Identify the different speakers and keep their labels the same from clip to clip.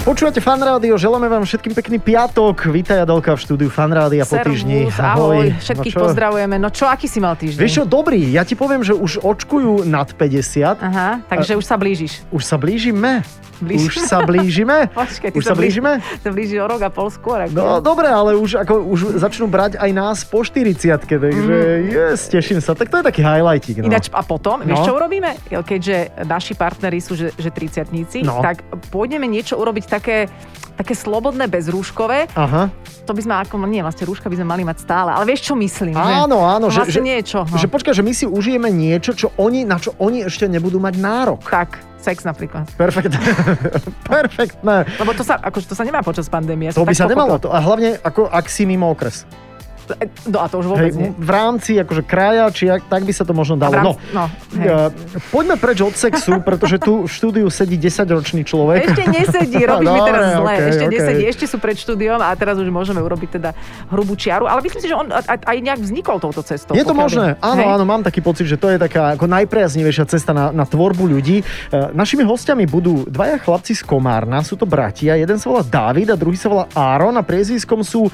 Speaker 1: Počúvate Fan Rádio, želáme vám všetkým pekný piatok. Vítaj Adelka v štúdiu Fan Rádia po týždni. No
Speaker 2: Servus, ahoj. Všetkých
Speaker 1: čo?
Speaker 2: pozdravujeme. No čo, aký si mal týždeň?
Speaker 1: Vieš čo, dobrý, ja ti poviem, že už očkujú nad 50.
Speaker 2: Aha, takže už sa blížiš.
Speaker 1: Už sa blížime.
Speaker 2: Blížime.
Speaker 1: Už sa blížime.
Speaker 2: Počkej, ty
Speaker 1: už sa blížime.
Speaker 2: To blíži o rok a pol skôr. Ako
Speaker 1: No dobre, ale už, ako, už začnú brať aj nás po 40 takže yes, teším sa. Tak to je taký highlightík. No.
Speaker 2: Mhm. Ináč, a potom, vieš
Speaker 1: No.
Speaker 2: čo urobíme? Jo, Keďže naši partneri sú, že, že 30
Speaker 1: No.
Speaker 2: tak pôjdeme niečo urobiť také, také slobodné, bezrúškové.
Speaker 1: Aha.
Speaker 2: To by sme, ako, nie, vlastne rúška by sme mali mať stále, ale vieš, čo myslím? že-
Speaker 1: Áno, áno.
Speaker 2: No vlastne nie je čo, no.
Speaker 1: že počkaj, že my si užijeme niečo, čo oni, na čo oni ešte nebudú mať nárok.
Speaker 2: Tak, sex napríklad.
Speaker 1: Perfektné. Perfektné.
Speaker 2: Lebo to sa, akože to sa nemá počas pandémie. ja
Speaker 1: To
Speaker 2: som
Speaker 1: by
Speaker 2: tak
Speaker 1: sa
Speaker 2: pochopila.
Speaker 1: nemalo. To, a hlavne, ako, ak si mimo okres.
Speaker 2: No a to už
Speaker 1: Hej,
Speaker 2: vôbec nie.
Speaker 1: v rámci akože kraja, či ak, tak by sa to možno dalo.
Speaker 2: rámci-
Speaker 1: No,
Speaker 2: no, hej.
Speaker 1: Eh, poďme preč od sexu, pretože tu v štúdiu sedí 10-ročný človek.
Speaker 2: Ešte nesedí, robíš mi teraz
Speaker 1: No, Dobre,
Speaker 2: zle.
Speaker 1: okej,
Speaker 2: ešte
Speaker 1: okej.
Speaker 2: nesedí, ešte sú pred štúdiom a teraz už môžeme urobiť teda hrubú čiaru. Ale myslím si, že on a- a- aj nejak vznikol touto cestou.
Speaker 1: Je to
Speaker 2: pokiaľ
Speaker 1: možné,
Speaker 2: viem.
Speaker 1: áno,
Speaker 2: Hej?
Speaker 1: áno, mám taký pocit, že to je taká ako najpriaznivejšia cesta na, na tvorbu ľudí. E, našimi hostiami budú dvaja chlapci z Komárna, sú to bratia, jeden sa volá David a druhý sa volá Áron a priezviskom sú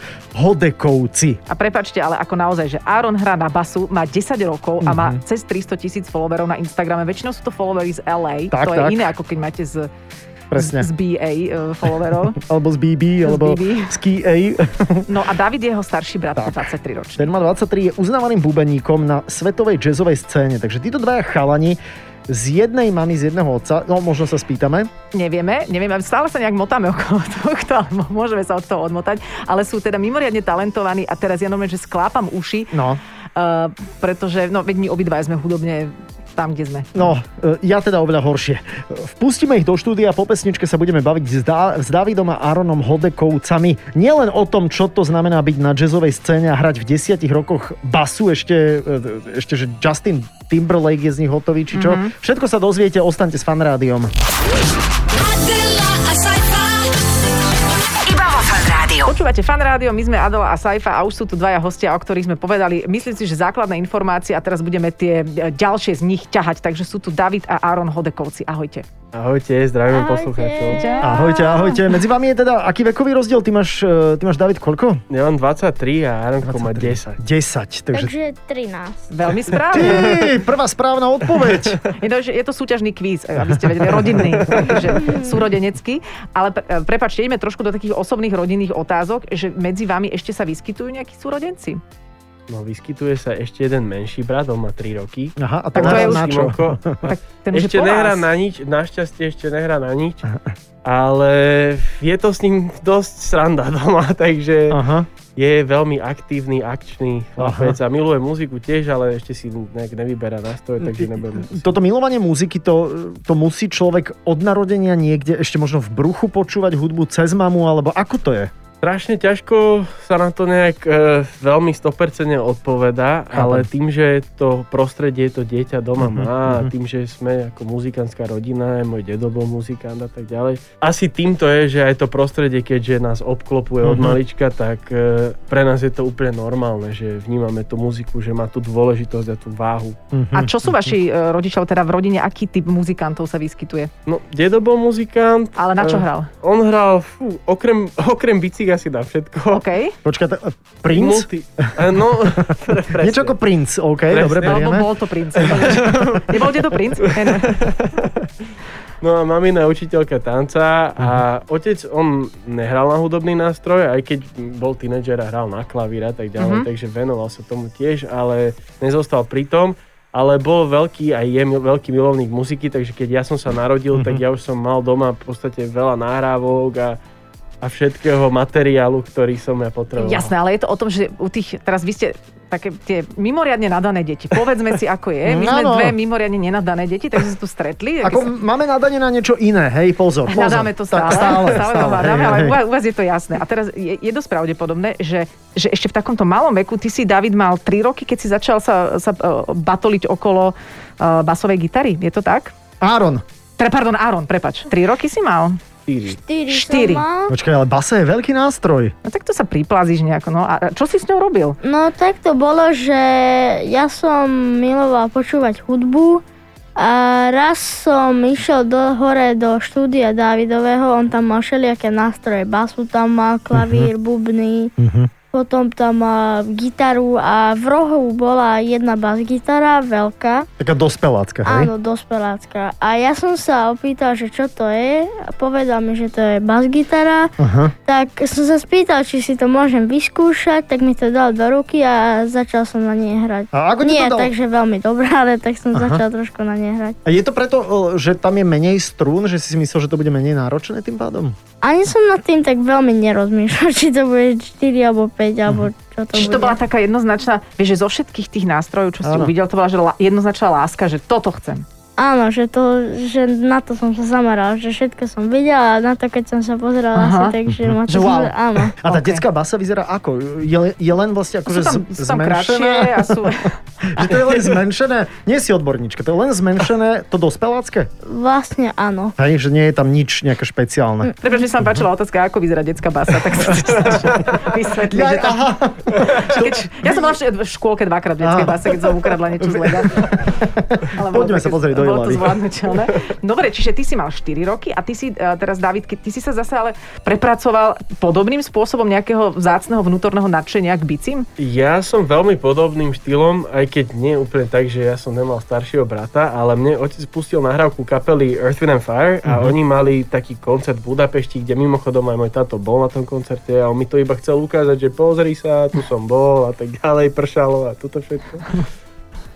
Speaker 1: Hodekovci.
Speaker 2: A prepačte, ale ako naozaj, že Aaron hrá na basu, má 10 rokov
Speaker 1: Mhm.
Speaker 2: a má cez 300 tisíc followerov na Instagrame. Väčšinou sú to followery z LA.
Speaker 1: Tak,
Speaker 2: to
Speaker 1: tak.
Speaker 2: je iné, ako keď máte z,
Speaker 1: Presne.
Speaker 2: z BA e, followerov.
Speaker 1: Alebo z BB, alebo
Speaker 2: BB.
Speaker 1: z KA.
Speaker 2: No a David je jeho starší brat,
Speaker 1: Tak.
Speaker 2: 23 ročný.
Speaker 1: Ten má 23, je uznávaným bubeníkom na svetovej jazzovej scéne. Takže títo dvaja chalani z jednej mamy, z jedného otca, no možno sa spýtame,
Speaker 2: Nevieme, nevieme, stále sa nejak motáme okolo tohto, alebo môžeme sa od toho odmotať, ale sú teda mimoriadne talentovaní a teraz ja normálne, že sklápam uši,
Speaker 1: no,
Speaker 2: Uh, pretože, no veď my obidva sme hudobne tam, kde sme.
Speaker 1: No, e, ja teda oveľa horšie. E, Vpustíme ich do štúdia, po pesničke sa budeme baviť s, Dá- s Davidom a Aaronom Hodekovcami. Nielen o tom, čo to znamená byť na jazzovej scéne a hrať v desiatich rokoch basu, ešte, e, ešte že Justin Timberlake je z nich hotový, či čo. Mm-hmm. Všetko sa dozviete, ostaňte s fanrádiom.
Speaker 3: Adela a Saifa.
Speaker 4: Iba vo Fan Rádiu.
Speaker 2: Počúvate fan rádio, my sme Adela a Saifa a už sú tu dvaja hostia, o ktorých sme povedali. Myslím si, že základné informácie a teraz budeme tie e, ďalšie z nich ťahať. Takže sú tu David a Áron Hodekovci. Ahojte.
Speaker 5: Ahojte, zdravím poslucháčov.
Speaker 1: Ahojte, ahojte. Medzi vami je teda, aký vekový rozdiel? Ty máš, e, ty máš David, koľko?
Speaker 5: Ja mám 23 a Aronko má
Speaker 1: 10.
Speaker 5: 10.
Speaker 1: Takže...
Speaker 6: Takže 13.
Speaker 2: Veľmi správne.
Speaker 1: Ty, prvá správna odpoveď.
Speaker 2: Je to, že je to súťažný kvíz, e, aby ste vedeli, rodinný, takže súrodenecký. Ale pre, e, prepačte, ideme trošku do takých osobných rodinných otázok, že medzi vami ešte sa vyskytujú nejakí súrodenci.
Speaker 5: No vyskytuje sa ešte jeden menší brat, on má 3 roky.
Speaker 1: Aha, a tak
Speaker 2: Tak to je
Speaker 1: naraz
Speaker 2: už- No,
Speaker 1: na čo?
Speaker 5: Simonko.
Speaker 2: Tak ten už je
Speaker 5: No, Ešte
Speaker 2: po
Speaker 5: nehrá
Speaker 2: vás.
Speaker 5: na nič, našťastie ešte nehrá na nič. Ale je to s ním dosť sranda doma, takže
Speaker 1: Aha.
Speaker 5: je veľmi aktívny, akčný chlapec a miluje muziku tiež, ale ešte si nejak nevyberá nástroje, takže nebudem...
Speaker 1: Toto milovanie muziky, to, to musí človek od narodenia niekde ešte možno v bruchu počúvať hudbu cez mamu, alebo ako to je?
Speaker 5: Strašne ťažko sa na to nejak e, veľmi 100% odpovedá, ale tým, že to prostredie to dieťa doma má, a tým, že sme ako muzikantská rodina, aj môj dedo bol muzikant a tak ďalej. Asi tým to je, že aj to prostredie, keďže nás obklopuje od malička, tak e, pre nás je to úplne normálne, že vnímame tú muziku, že má tú dôležitosť a tú váhu.
Speaker 2: A čo sú vaši e, rodičia, teda v rodine, aký typ muzikantov sa vyskytuje?
Speaker 5: No, dedo bol muzikant.
Speaker 2: Ale na čo
Speaker 5: e,
Speaker 2: hral?
Speaker 5: On hral, fú, okrem, okrem bicyk asi na všetko.
Speaker 2: OK?
Speaker 1: Počkaj, t- princ?
Speaker 5: Multi, e, no, pre, presne.
Speaker 1: Niečo ako princ, OK,
Speaker 5: Presne.
Speaker 1: dobre,
Speaker 2: Alebo
Speaker 1: berieme.
Speaker 2: No, bol to princ. Nebol to princ?
Speaker 5: No a mamina je učiteľka tanca a otec, on nehral na hudobný nástroj, aj keď bol tínedžer a hral na klavír a tak ďalej, takže venoval sa tomu tiež, ale nezostal pri tom. Ale bol veľký aj je mil- veľký milovník muziky, takže keď ja som sa narodil, tak ja už som mal doma v podstate veľa nahrávok a, a všetkého materiálu, ktorý som ja potreboval.
Speaker 2: Jasné, ale je to o tom, že u tých, teraz vy ste také tie mimoriadne nadané deti. Povedzme si, ako je. My sme
Speaker 1: Áno.
Speaker 2: dve mimoriadne nenadané deti, tak sme sa tu stretli. tak
Speaker 1: Ako
Speaker 2: sa-
Speaker 1: máme nadanie na niečo iné, hej, pozor, pozor.
Speaker 2: Hľadáme to stále,
Speaker 1: Tak, stále,
Speaker 2: stále, to hľadáme,
Speaker 1: hej,
Speaker 2: ale
Speaker 1: hej.
Speaker 2: u vás, u vás je to jasné. A teraz je, je dosť pravdepodobné, že, že ešte v takomto malom veku, ty si, David, mal 3 roky, keď si začal sa, sa eh, batoliť okolo eh, basovej gitary. Je to tak?
Speaker 1: Áron,
Speaker 2: Teda, pardon, Áron, prepač. 3 roky si mal?
Speaker 5: Štyri.
Speaker 6: 4
Speaker 2: Štyri.
Speaker 6: som mal.
Speaker 1: počkaj, ale basa je veľký nástroj.
Speaker 2: No tak to sa priplazíš nejako. No a a čo si s ňou robil?
Speaker 6: No tak to bolo, že ja som miloval počúvať hudbu A raz som išiel do, hore do štúdia Dávidového, on tam mal všelijaké nástroje. Basu tam mal, klavír, bubny,
Speaker 1: Mhm.
Speaker 6: potom tam mal gitaru a v rohu bola jedna basgitara, veľká,
Speaker 1: Taká dospelácka, hej?
Speaker 6: áno, dospelácka. A ja som sa opýtal, že čo to je, a povedal mi, že to je basgitara,
Speaker 1: Aha.
Speaker 6: tak som sa spýtal, či si to môžem vyskúšať, tak mi to dal do ruky a začal som na nej hrať.
Speaker 1: A ako ti
Speaker 6: Nie,
Speaker 1: to dal?
Speaker 6: takže veľmi dobré, ale tak som
Speaker 1: Aha.
Speaker 6: začal trošku na nej hrať.
Speaker 1: A je to preto, o, že tam je menej strún, že si si myslel, že to bude menej náročné tým pádom?
Speaker 6: Ani som nad tým tak veľmi nerozmýšľal, či to bude 4 alebo 5, alebo
Speaker 1: Mhm.
Speaker 6: čo to
Speaker 2: Čiže
Speaker 6: bude.
Speaker 2: to bola taká jednoznačná, vieš, že zo všetkých tých nástrojov, čo si
Speaker 1: Áno.
Speaker 2: uvidel, to bola že la, jednoznačná láska, že toto chcem.
Speaker 6: Áno, že, to, že na to som sa zameral, že všetko som videla a na to, keď som sa pozerala asi,
Speaker 2: Aha.
Speaker 6: takže
Speaker 1: Mhm.
Speaker 6: ma
Speaker 2: Že
Speaker 6: to...
Speaker 2: wow.
Speaker 6: Áno.
Speaker 1: A tá
Speaker 2: OK.
Speaker 1: detská basa vyzerá ako? Je, je len vlastne
Speaker 2: Sú
Speaker 1: akože
Speaker 2: tam,
Speaker 1: z-
Speaker 2: sú tam kratšie
Speaker 1: zmenšená?
Speaker 2: a sú...
Speaker 1: Že to je len zmenšené? Nie si odborníčka, to je len zmenšené, to dospelácké?
Speaker 6: Vlastne áno.
Speaker 1: Hej, že nie je tam nič nejaké špeciálne.
Speaker 2: Prepač, mi sa vám páčila otázka, ako vyzerá detská basa, tak som sa snažila vysvetliť, že to...
Speaker 1: aha.
Speaker 2: Keď, ja som bola v v škôlke dvakrát v detskej
Speaker 1: Áno.
Speaker 2: base, keď som ukradla niečo z lega. Ale bolo
Speaker 1: Poďme sa
Speaker 2: také-
Speaker 1: pozrieť do
Speaker 2: Bolo to
Speaker 1: Ilavy.
Speaker 2: zvládnutelné. Dobre, čiže ty si mal 4 roky a ty si, eh, teraz David, keď ty si sa zase ale prepracoval podobným spôsobom nejakého vzácného vnútorného nadšenia k bicím?
Speaker 5: Ja som veľmi podobným štýlom, aj keď nie úplne tak, že ja som nemal staršieho brata, ale mne otec pustil nahrávku kapely Earth, Wind and Fire a oni mali taký koncert v Budapešti, kde mimochodom aj môj tato bol na tom koncerte a on mi to iba chcel ukázať, že pozri sa, tu som bol a tak ďalej, pršalo a toto všetko.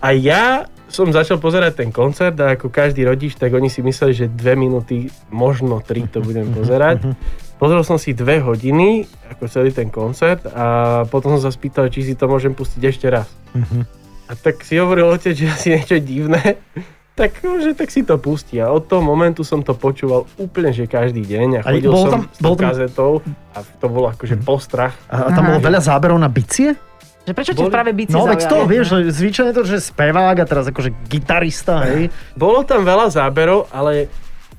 Speaker 5: A ja som začal pozerať ten koncert a ako každý rodič, tak oni si mysleli, že dve minúty, možno tri to budem pozerať. Pozrel som si dve hodiny, ako celý ten koncert a potom som sa spýtal, či si to môžem pustiť ešte raz. A tak si hovoril otec, že asi niečo divné, tak, no, že tak si to pustí. A od toho momentu som to počúval úplne, že každý deň a
Speaker 1: Aj
Speaker 5: chodil
Speaker 1: bol
Speaker 5: som
Speaker 1: tam-
Speaker 5: s
Speaker 1: bol
Speaker 5: tou
Speaker 1: tam- Mhm.
Speaker 5: kazetou a to bol akože postrach.
Speaker 1: A tam
Speaker 2: Aha.
Speaker 1: bolo veľa záberov na bicie?
Speaker 2: Že prečo ti
Speaker 5: Boli-
Speaker 2: práve bicie
Speaker 1: No veď
Speaker 2: zaujali?
Speaker 1: to, vieš, že zvyčajne to, že spevák a teraz akože gitarista, hej.
Speaker 5: Bolo tam veľa záberov, ale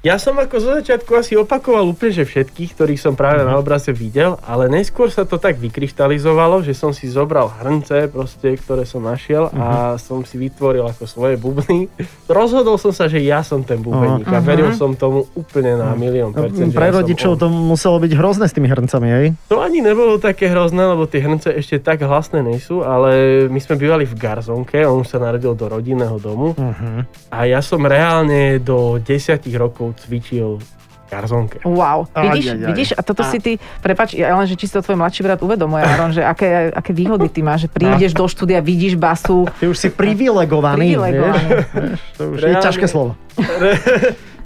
Speaker 5: ja som ako zo začiatku asi opakoval úplne že všetkých, ktorých som práve na obraze videl, ale neskôr sa to tak vykryštalizovalo, že som si zobral hrnce, proste, ktoré som našiel
Speaker 1: Mhm.
Speaker 5: a som si vytvoril ako svoje bubny. Rozhodol som sa, že ja som ten bubeník a veril som tomu úplne na milión percent.
Speaker 1: Mhm.
Speaker 5: že
Speaker 1: Pre
Speaker 5: ja som on.
Speaker 1: rodičov to muselo byť hrozné s tými hrncami, hej.
Speaker 5: To ani nebolo také hrozné, lebo tie hrnce ešte tak hlasné nejsú, ale my sme bývali v Garzonke, on už sa narodil do rodinného domu
Speaker 1: Uh-huh.
Speaker 5: a ja som reálne do 10 rokov cvičil v Garzonke.
Speaker 2: Wow,
Speaker 1: Aj, aj,
Speaker 2: vidíš,
Speaker 1: aj.
Speaker 2: vidíš, a toto si ty, prepač, ja len, že či si to tvoj mladší brat uvedomuje, Aron, že aké, aké výhody ty máš, že prídeš do štúdia, vidíš basu,
Speaker 1: Ty už si privilegovaný,
Speaker 2: Privilegovaný.
Speaker 1: vieš. To už je
Speaker 5: Reálne.
Speaker 1: ťažké slovo.
Speaker 5: Re,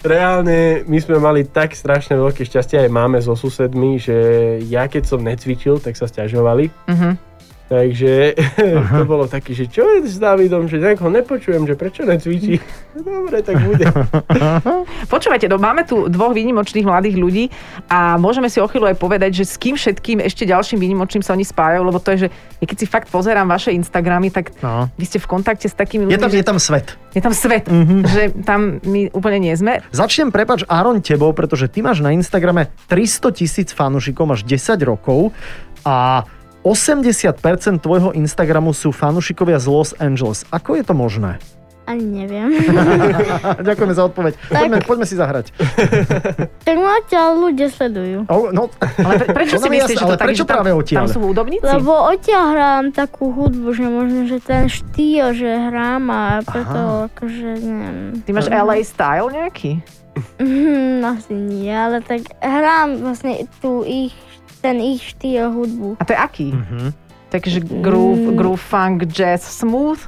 Speaker 5: reálne my sme mali tak strašne veľké šťastie, aj máme so susedmi, že ja keď som necvičil, tak sa stiažovali.
Speaker 2: Mhm.
Speaker 5: Takže to bolo také, že čo je s Davidom, že nejak ho nepočujem, že prečo necvičí. Dobre, tak bude.
Speaker 2: Počúvajte, no máme tu dvoch výnimočných mladých ľudí a môžeme si o chvíľu aj povedať, že s kým všetkým ešte ďalším výnimočným sa oni spájajú, lebo to je, že ja keď si fakt pozerám vaše Instagramy, tak
Speaker 1: No.
Speaker 2: vy ste v kontakte s takými
Speaker 1: Je
Speaker 2: ľuďmi,
Speaker 1: tam,
Speaker 2: že
Speaker 1: je Mhm. tam svet.
Speaker 2: je tam svet, že tam my úplne nie sme.
Speaker 1: Začnem, prepač, Áron, tebou, pretože ty máš na Instagrame 300 tisíc fanúšikov, máš 10 rokov a 80% tvojho Instagramu sú fanúšikovia z Los Angeles. Ako je to možné?
Speaker 6: Ani neviem.
Speaker 1: Ďakujeme za odpoveď. Poďme, poďme si zahrať.
Speaker 6: tak ma ťa ľudia sledujú.
Speaker 1: Oh, no,
Speaker 2: Ale pre, prečo
Speaker 1: To
Speaker 2: si
Speaker 1: nám je
Speaker 2: myslíš,
Speaker 1: jasné,
Speaker 2: že to
Speaker 1: ale
Speaker 2: tak,
Speaker 1: prečo
Speaker 2: že tam,
Speaker 1: práve odtiaľ?
Speaker 2: tam sú hudobníci?
Speaker 6: Lebo odtiaľ hrám takú hudbu, že možno, že ten štýl, že hrám a preto akože neviem.
Speaker 2: Ty máš LA style nejaký?
Speaker 6: Mhm, asi nie, ale tak hrám vlastne tu ich, ten ich štýl
Speaker 2: A
Speaker 6: hudbu.
Speaker 2: to je aký?
Speaker 1: Mhm.
Speaker 2: Takže groove, groove, funk, jazz, smooth.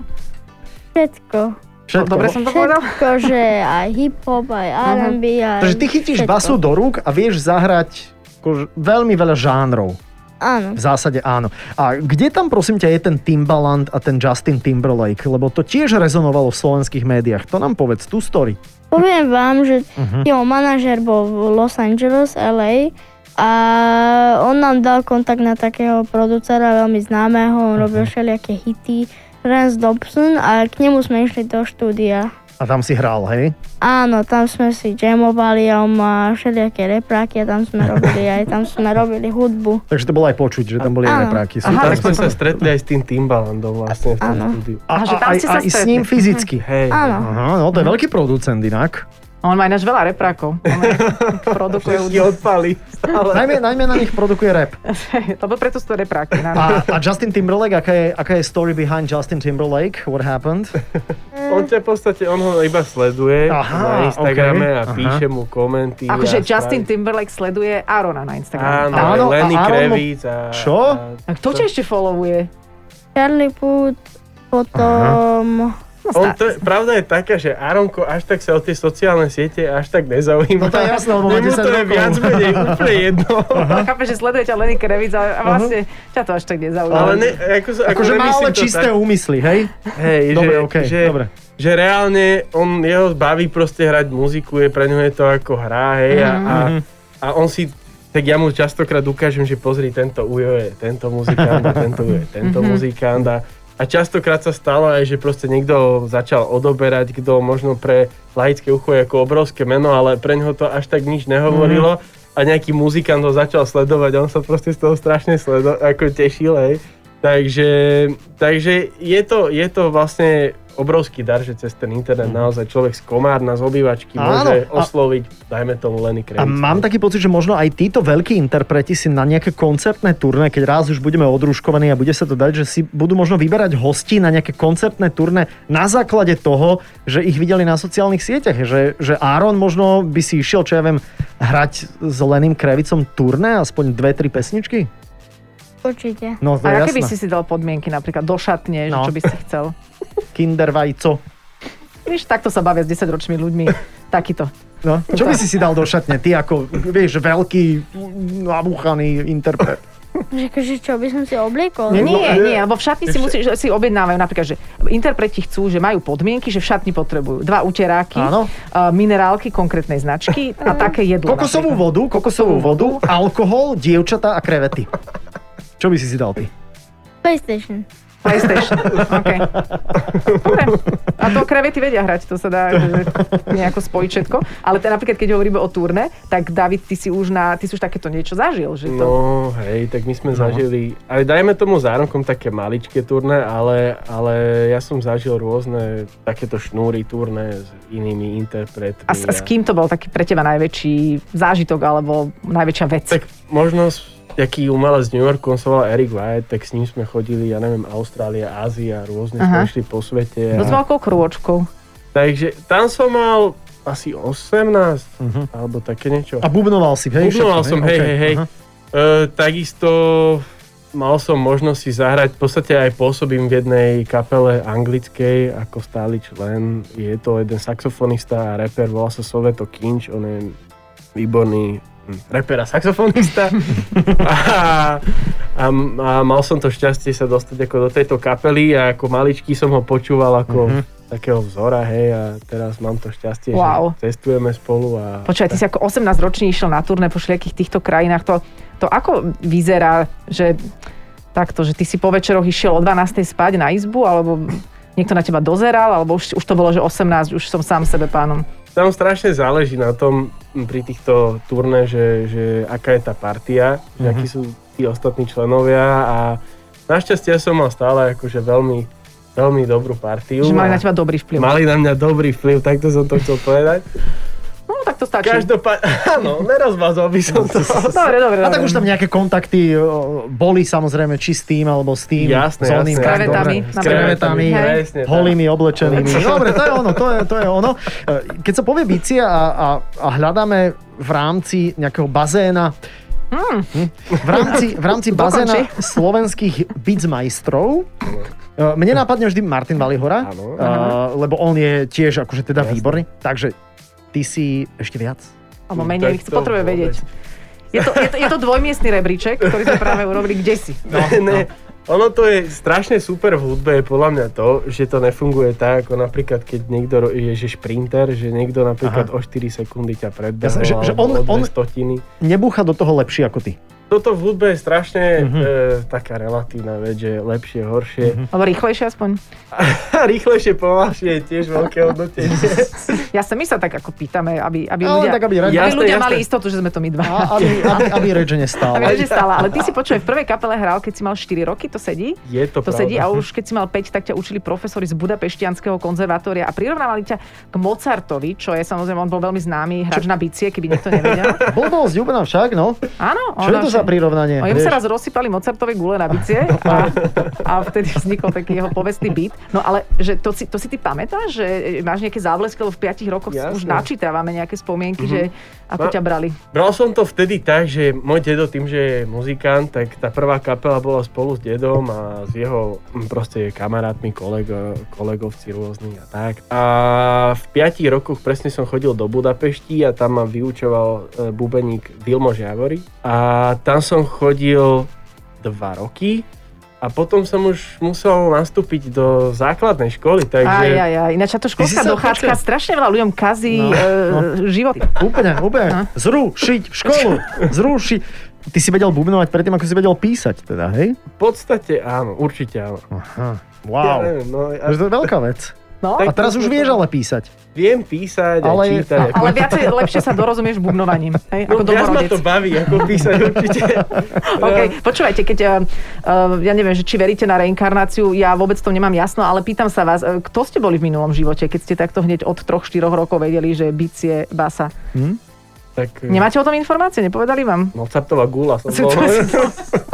Speaker 6: Všetko.
Speaker 1: všetko.
Speaker 2: Dobre som to povedal?
Speaker 6: Všetko, že aj hip-hop, aj R&B, aj
Speaker 1: Takže ty chytíš
Speaker 6: všetko.
Speaker 1: basu do rúk a vieš zahrať akože veľmi veľa žánrov.
Speaker 6: Áno.
Speaker 1: V zásade áno. A kde tam prosím ťa je ten Timbaland a ten Justin Timberlake? Lebo to tiež rezonovalo v slovenských médiách. To nám povedz, tú story.
Speaker 6: Poviem vám, že
Speaker 1: Mhm.
Speaker 6: jeho manažer bol v Los Angeles, LA a on nám dal kontakt na takého producera veľmi
Speaker 1: Mhm.
Speaker 6: známeho, on robil všelijaké hity, Rance Dobson a k nemu sme išli do štúdia.
Speaker 1: A tam si hral, hej?
Speaker 6: Áno, tam sme si jamovali, on má všelijaké repráky a tam sme robili aj tam sme robili hudbu.
Speaker 1: Takže to bolo aj počuť, že tam boli aj
Speaker 6: Áno.
Speaker 1: repráky. Super.
Speaker 5: Aha, tam sme sa stretli aj s tým Timbalandom vlastne v tom
Speaker 6: Áno.
Speaker 5: štúdiu.
Speaker 1: a,
Speaker 2: že tam
Speaker 1: a,
Speaker 2: ste sa
Speaker 1: a, i s ním
Speaker 2: stretli. Mhm.
Speaker 1: fyzicky.
Speaker 5: Hej,
Speaker 6: Áno.
Speaker 1: Aha, no to je veľký producent inak.
Speaker 2: On má ináč veľa reprákov. On aj produkuje
Speaker 5: všetky
Speaker 2: hudbu.
Speaker 5: odpali.
Speaker 1: Najmä, najmä na nich produkuje rap.
Speaker 2: Lebo preto sú to repráky. áno.
Speaker 1: A, a Justin Timberlake, aká je, aká je story behind Justin Timberlake? What happened?
Speaker 5: On ťa v podstate, on ho iba sleduje
Speaker 1: Aha,
Speaker 5: na Instagrame
Speaker 1: okej,
Speaker 5: a
Speaker 1: aha.
Speaker 5: píše mu komenty.
Speaker 2: Akože
Speaker 5: a
Speaker 2: Justin
Speaker 5: spraví-
Speaker 2: Timberlake sleduje Arona na Instagrame.
Speaker 5: Áno,
Speaker 2: Tak.
Speaker 1: Áno,
Speaker 5: áno
Speaker 1: a Aaron
Speaker 5: Lenny
Speaker 1: mu-
Speaker 5: Kravitz a...
Speaker 1: Čo?
Speaker 2: A kto ťa ešte followuje?
Speaker 6: Charlie Puth, potom...
Speaker 2: No,
Speaker 5: On
Speaker 2: stá-
Speaker 5: to, pravda je taká, že Aronko až tak sa o tie sociálne siete až tak
Speaker 1: No
Speaker 5: nezaujíma.
Speaker 1: to je jasné, lebo má
Speaker 5: Jemu
Speaker 1: 10
Speaker 5: to je
Speaker 1: rokov.
Speaker 5: viac menej úplne jedno.
Speaker 2: Chápem, že sleduje ťa Lenny Kravitz ale- a vlastne ťa to až tak nezaujíma.
Speaker 5: Ale ne, ako, sa-
Speaker 1: Akože má
Speaker 5: myslím
Speaker 1: ale
Speaker 5: to
Speaker 1: čisté úmysly, hej?
Speaker 5: Hej,
Speaker 1: Dobre,
Speaker 5: že,
Speaker 1: okej,
Speaker 5: že,
Speaker 1: dobre.
Speaker 5: že reálne on jeho baví proste hrať muziku, je pre ňu je to ako hra, hej, a, a,
Speaker 1: Mhm,
Speaker 5: a on si, tak ja mu častokrát ukážem, že pozri, tento ujo je tento muzikant a tento ujo je
Speaker 1: Mhm.
Speaker 5: tento muzikant a, a častokrát sa stalo aj, že proste niekto začal odoberať, kto možno pre laické ucho je ako obrovské meno, ale pre ňoho to až tak nič nehovorilo
Speaker 1: Mhm.
Speaker 5: a nejaký muzikant ho začal sledovať, on sa proste z toho strašne sledo- ako tešil, hej. Takže, takže je, to, je to vlastne obrovský dar, že cez ten internet naozaj človek z Komárna, z obývačky
Speaker 1: Mhm. Áno,
Speaker 5: môže
Speaker 1: a-
Speaker 5: osloviť, dajme tomu Lenny
Speaker 1: A
Speaker 5: Kravitz.
Speaker 1: mám taký pocit, že možno aj títo veľkí interpreti si na nejaké koncertné turné, keď raz už budeme odruškovaní a bude sa to dať, že si budú možno vyberať hostí na nejaké koncertné turné na základe toho, že ich videli na sociálnych sieťach. Že, že Aaron možno by si išiel, čo ja viem, hrať s Leným Kravicom turné, aspoň dve, tri pesničky?
Speaker 6: Určite.
Speaker 1: No to je
Speaker 2: a aké by
Speaker 1: jasné.
Speaker 2: si si dal podmienky napríklad do šatne,
Speaker 1: No.
Speaker 2: no. čo by si chcel?
Speaker 1: Kinder vajco.
Speaker 2: Víš, takto sa bavia s 10-ročnými ľuďmi. Takýto.
Speaker 1: No, čo by si si dal do šatne? Ty ako, vieš, veľký, nabúchaný interpret.
Speaker 6: Že akože čo by som si obliekol?
Speaker 2: Nie,
Speaker 5: No,
Speaker 2: nie,
Speaker 5: nie.
Speaker 2: nie, lebo v šatni si, musíš, si objednávajú napríklad, že interpreti chcú, že majú podmienky, že v šatni potrebujú dva uteráky,
Speaker 1: Áno.
Speaker 2: a minerálky konkrétnej značky a také jedlo.
Speaker 1: Kokosovú
Speaker 2: napríklad.
Speaker 1: vodu, kokosovú vodu, alkohol, dievčatá a krevety. Čo by si si dal ty?
Speaker 6: PlayStation.
Speaker 2: PlayStation. Okay. Dobre. A to krevety vedia hrať, to sa dá akože, nejako spojiť všetko. Ale teda napríklad, keď hovoríme o turné, tak David, ty si už, na, ty si už takéto niečo zažil, že to...
Speaker 5: No hej, tak my sme no. zažili, ale dajme tomu zárokom také maličké turné, ale, ale ja som zažil rôzne takéto šnúry turné s inými interpretmi.
Speaker 2: A s, a s kým to bol taký pre teba najväčší zážitok alebo najväčšia vec?
Speaker 5: Tak možno s- taký umelec z New Yorku, on sa volal Eric White, tak s ním sme chodili, ja neviem, Austrália, Ázia, rôzne
Speaker 2: Aha.
Speaker 5: sme išli po svete.
Speaker 2: No
Speaker 5: a-
Speaker 2: s veľkou krôčkou.
Speaker 5: Takže tam som mal asi 18,
Speaker 2: Mhm.
Speaker 5: alebo také niečo.
Speaker 1: A bubnoval si, hej?
Speaker 5: Bubnoval
Speaker 1: všetko,
Speaker 5: som,
Speaker 1: OK,
Speaker 5: hej, hej, hej.
Speaker 1: aha.
Speaker 5: E, takisto mal som možnosť si zahrať, v podstate aj pôsobím v jednej kapele anglickej ako stály člen. Je to jeden saxofonista a reper, volá sa Soveto Kinch, on je výborný hm, reper a saxofonista. a, a, a mal som to šťastie sa dostať ako do tejto kapely a ako maličký som ho počúval ako
Speaker 1: Mhm.
Speaker 5: takého vzora, hej, a teraz mám to šťastie,
Speaker 2: Wow.
Speaker 5: že cestujeme spolu a...
Speaker 2: Počkaj, ty si ako 18 ročný išiel na turné po všelijakých týchto krajinách. To, to ako vyzerá, že takto, že ty si po večeroch išiel o 12. spať na izbu, alebo niekto na teba dozeral, alebo už, už to bolo, že 18, už som sám sebe pánom.
Speaker 5: tam strašne záleží na tom m, pri týchto turné, že, že aká je tá partia, mm-hmm. že akí sú tí ostatní členovia a našťastie ja som mal stále akože veľmi, veľmi dobrú partiu.
Speaker 2: Že mali
Speaker 5: a
Speaker 2: na teba dobrý vplyv.
Speaker 5: mali na mňa dobrý vplyv, takto som to chcel povedať.
Speaker 2: No tak to stačí.
Speaker 5: Každopádne, áno, nerozvazol by som to.
Speaker 2: No, Dobre, dobre,
Speaker 1: A
Speaker 2: dobre.
Speaker 1: tak už tam nejaké kontakty o, boli samozrejme, či s tým, alebo s tým.
Speaker 5: Jasné,
Speaker 1: s oným,
Speaker 2: S
Speaker 5: jasné.
Speaker 1: tak,
Speaker 2: krevetami,
Speaker 1: dobre. S
Speaker 2: napríklad.
Speaker 1: krevetami,
Speaker 2: Hej.
Speaker 5: presne tak.
Speaker 1: holými, oblečenými. Dobre, to je ono, to je, to je ono. E, Keď sa povie bicia a, a, a hľadáme v rámci nejakého bazéna,
Speaker 2: Hmm.
Speaker 1: Hm? v rámci, v rámci bazéna
Speaker 2: Dokonči.
Speaker 1: slovenských bicmajstrov, e, mne nápadne vždy Martin Valihora,
Speaker 5: Áno.
Speaker 1: e, lebo on je tiež akože teda
Speaker 5: Jasné.
Speaker 1: výborný, takže ty si ešte viac.
Speaker 2: Alebo menej,
Speaker 5: Tak
Speaker 2: chce
Speaker 5: to
Speaker 2: potrebuje
Speaker 5: vôbec.
Speaker 2: vedieť. Je to, je, to, je to dvojmiestný rebríček, ktorý sme práve urobili. Kde si?
Speaker 5: No, ne, ono to je strašne super v hudbe, je podľa mňa to, že to nefunguje tak, ako napríklad, keď niekto ro- je že šprinter, že niekto napríklad Aha. o 4 sekundy ťa predbehol,
Speaker 1: Jasné, že- že
Speaker 5: alebo
Speaker 1: on-
Speaker 5: o
Speaker 1: on-
Speaker 5: dve stotiny.
Speaker 1: Nebúcha do toho lepší ako ty.
Speaker 5: toto v hudbe je strašne
Speaker 1: Mhm.
Speaker 5: e, taká relatívna vec, že lepšie, horšie.
Speaker 2: Alebo rýchlejšie aspoň.
Speaker 5: Rýchlejšie, pomalšie je tiež veľké hodnotenie.
Speaker 2: Ja sa my sa tak ako pýtame, aby, aby
Speaker 1: No,
Speaker 2: ľudia,
Speaker 1: len tak, aby No, radi-
Speaker 2: aby
Speaker 5: Jasné,
Speaker 2: ľudia
Speaker 5: jasné.
Speaker 2: mali istotu, že sme to my dva.
Speaker 1: A aby, aby, aby reč
Speaker 2: Aby
Speaker 1: nestála.
Speaker 2: vedeli, že stála. Ale ty si počuje, v prvej kapele hral, keď si mal 4 roky, to sedí.
Speaker 5: Je to,
Speaker 2: To
Speaker 5: pravda.
Speaker 2: sedí a už keď si mal 5, tak ťa učili profesori z Budapeštianského konzervatória a prirovnávali ťa k Mozartovi, čo je samozrejme, on bol veľmi známy hráč na bicie, keby niekto nevedel.
Speaker 1: Blbosť úplná však, no.
Speaker 2: Áno,
Speaker 1: Čo je to za prirovnanie?
Speaker 2: Jemu sa
Speaker 1: Vieš?
Speaker 2: raz rozsypali Mozartové gule na bicie a, a vtedy vznikol taký jeho povestný beat. No ale že to, si, to si ty pamätáš, že e, máš nejaké záblesky, lebo v 5 rokoch si už
Speaker 5: Jasné.
Speaker 2: načítavame nejaké spomienky, že ako
Speaker 5: No.
Speaker 2: ťa brali.
Speaker 5: Bral som to vtedy tak, že môj dedo tým, že je muzikant, tak tá prvá kapela bola spolu s dedom a s jeho mm, proste kamarátmi, kolego, kolegovci rôznych a tak. A v piatich rokoch presne som chodil do Budapešti a tam ma vyučoval e, bubeník Vilmo Žávory. A tam som chodil dva roky a potom som už musel nastúpiť do základnej školy, takže...
Speaker 2: Aj, aj, aj. Ináč táto školská
Speaker 1: sa-
Speaker 2: dochádzka strašne veľa ľuďom kazí no, no. životy.
Speaker 1: Úplne, úplne. Zrušiť školu. Zrušiť. Ty si vedel bubnovať predtým, ako si vedel písať, teda, hej?
Speaker 5: V podstate áno, určite áno.
Speaker 1: Aha.
Speaker 5: Ja
Speaker 1: Wow.
Speaker 5: neviem, no, a
Speaker 1: Takže to je veľká vec.
Speaker 2: No,
Speaker 1: A teraz už vieš ale písať.
Speaker 5: Viem písať ale... a
Speaker 1: Ale-
Speaker 5: čítať. ako-
Speaker 2: ale viacej lepšie sa dorozumieš bubnovaním. Hej, ako
Speaker 5: No, viac ma
Speaker 2: domorodec.
Speaker 5: to baví, ako písať určite.
Speaker 2: OK, počúvajte, keď uh, ja neviem, že či veríte na reinkarnáciu, ja vôbec to nemám jasno, ale pýtam sa vás, eh, kto ste boli v minulom živote, keď ste takto hneď od 3-4 rokov vedeli, že bicie basa.
Speaker 5: Tak,
Speaker 1: Hm.
Speaker 2: Nemáte o tom informácie, nepovedali vám?
Speaker 5: Mozartová gula som
Speaker 2: Co to
Speaker 5: bol.
Speaker 2: si-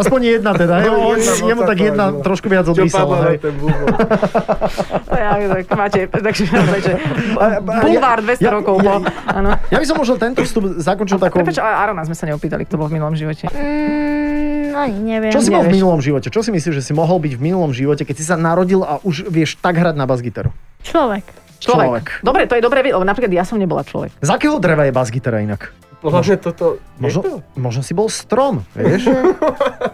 Speaker 1: Aspoň jedna teda, hej?
Speaker 5: No,
Speaker 1: On,
Speaker 5: jedna
Speaker 1: jemu tak
Speaker 5: Mozartová
Speaker 1: jedna
Speaker 5: gula.
Speaker 1: trošku viac
Speaker 5: Čo no padlo
Speaker 1: odpísala,
Speaker 5: na
Speaker 1: hej?
Speaker 5: ten bubon.
Speaker 2: No Ja, tak máte, takže, takže
Speaker 1: A- a-
Speaker 2: bulvár 200
Speaker 1: ja- ja-
Speaker 2: rokov bol. Áno.
Speaker 1: Ja by som možno tento vstup zakončil takou...
Speaker 2: Prepač, ale Arona sme sa neopýtali, kto bol v minulom živote.
Speaker 6: Mm, ani neviem.
Speaker 1: Čo si mal v
Speaker 2: nevieš.
Speaker 1: minulom živote? Čo si myslíš, že si mohol byť v minulom živote, keď si sa narodil a už vieš tak hrať na basgitaru?
Speaker 6: Človek.
Speaker 1: Človek.
Speaker 2: Dobre, to je dobré, vedieť, lebo napríklad ja som nebola človek.
Speaker 1: Z akého dreva je basgitara inak?
Speaker 5: Podľa mňa No, toto... Je to?
Speaker 1: Možno, možno si bol strom, vieš?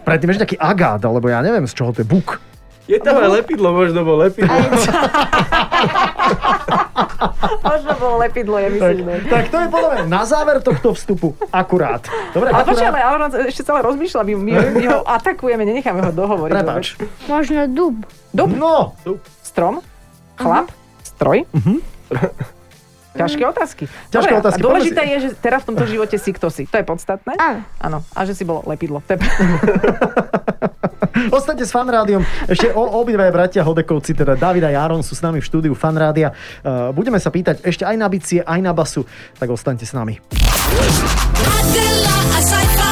Speaker 1: Predtým ešte taký agát, alebo ja neviem, z čoho to je buk.
Speaker 5: Je tam aj lepidlo, možno bol lepidlo.
Speaker 2: Možno bolo lepidlo, ja myslím. ne.
Speaker 1: Tak to je podľa mňa na záver tohto vstupu. Akurát. Dobre,
Speaker 2: Ale počkaj, ale
Speaker 1: akurát.
Speaker 2: Aron ešte stále rozmýšľa, my, my, my ho atakujeme, nenecháme ho dohovoriť.
Speaker 1: Prepač.
Speaker 6: Možno dub.
Speaker 1: No,
Speaker 2: Strom? Chlap? Stroj? Ťažké otázky.
Speaker 1: Ťažké
Speaker 2: Dobre,
Speaker 1: otázky,
Speaker 2: A dôležité
Speaker 1: poďme
Speaker 2: je, že teraz v tomto živote si kto si. To je podstatné.
Speaker 6: Áno.
Speaker 2: Áno. A že si bolo lepidlo. To je...
Speaker 1: ostaňte s fanrádiom. Ešte o, obidvaja bratia Hodekovci, teda David a Jaron sú s nami v štúdiu fanrádia. Uh, budeme sa pýtať ešte aj na bicie, aj na basu, tak ostaňte s nami.
Speaker 3: Adela Asaifa,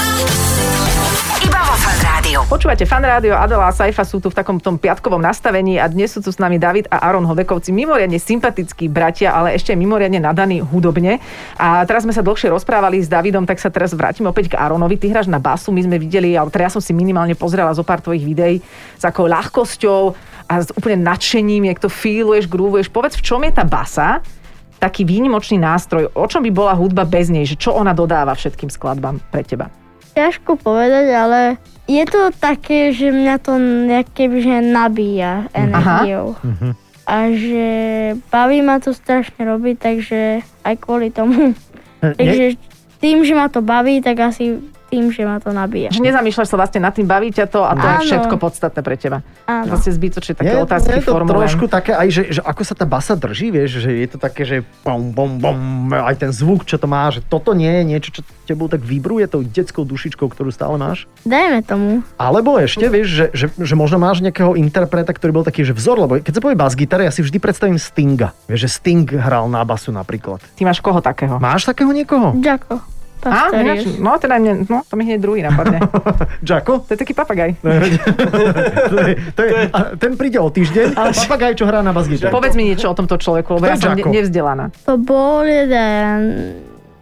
Speaker 4: Iba vo Fan Rádiu.
Speaker 2: Počúvate fan rádio, Adela a Saifa sú tu v takom tom piatkovom nastavení a dnes sú tu s nami David a Aron Hodekovci, mimoriadne sympatickí bratia, ale ešte mimoriadne nadaní hudobne. A teraz sme sa dlhšie rozprávali s Davidom, tak sa teraz vrátim opäť k Aronovi. Ty hráš na basu, my sme videli, ale teda ja som si minimálne pozrela zo pár tvojich videí s akou ľahkosťou a s úplne nadšením, jak to fíluješ, grúvuješ. Povedz, v čom je tá basa taký výnimočný nástroj, o čom by bola hudba bez nej, že čo ona dodáva všetkým skladbám pre teba?
Speaker 6: Ťažko povedať, ale je to také, že mňa to nejak kebyže nabíja energiou.
Speaker 2: Mhm.
Speaker 6: A že baví ma to strašne robiť, takže aj kvôli tomu.
Speaker 1: Eh, nie-
Speaker 6: Takže tým, že ma to baví, tak asi tým, že ma to nabíja.
Speaker 2: Že nezamýšľaš sa vlastne nad tým, baví ťa to a to je
Speaker 6: Áno.
Speaker 2: všetko podstatné pre teba.
Speaker 6: Áno.
Speaker 2: Vlastne zbytočne také
Speaker 1: nie- nie
Speaker 2: otázky
Speaker 1: je to
Speaker 2: formulujem.
Speaker 1: trošku také aj, že, že ako sa tá basa drží, vieš, že je to také, že bom, bom, bom, aj ten zvuk, čo to má, že toto nie je niečo, čo tebou tak vibruje tou detskou dušičkou, ktorú stále máš?
Speaker 6: Dajme tomu.
Speaker 1: Alebo ešte, vieš, že, že, že možno máš nejakého interpreta, ktorý bol taký, že vzor, lebo keď sa povie bas gitara, ja si vždy predstavím Stinga. Vieš, že Sting hral na basu napríklad.
Speaker 2: Ty máš koho takého?
Speaker 1: Máš takého niekoho?
Speaker 6: Jacko.
Speaker 2: Á,
Speaker 6: Pastorius.
Speaker 2: ináč- no teda mne, no, to mi hneď druhý napadne.
Speaker 1: Jacko?
Speaker 2: To je taký papagaj.
Speaker 1: To je, to je, a ten príde o týždeň a papagaj, čo hrá na bas gitaru.
Speaker 2: Povedz mi niečo o tomto človeku, lebo
Speaker 1: Kto
Speaker 2: ja
Speaker 1: je
Speaker 2: som ne-
Speaker 1: Žako?
Speaker 2: nevzdelaná.
Speaker 6: To bol jeden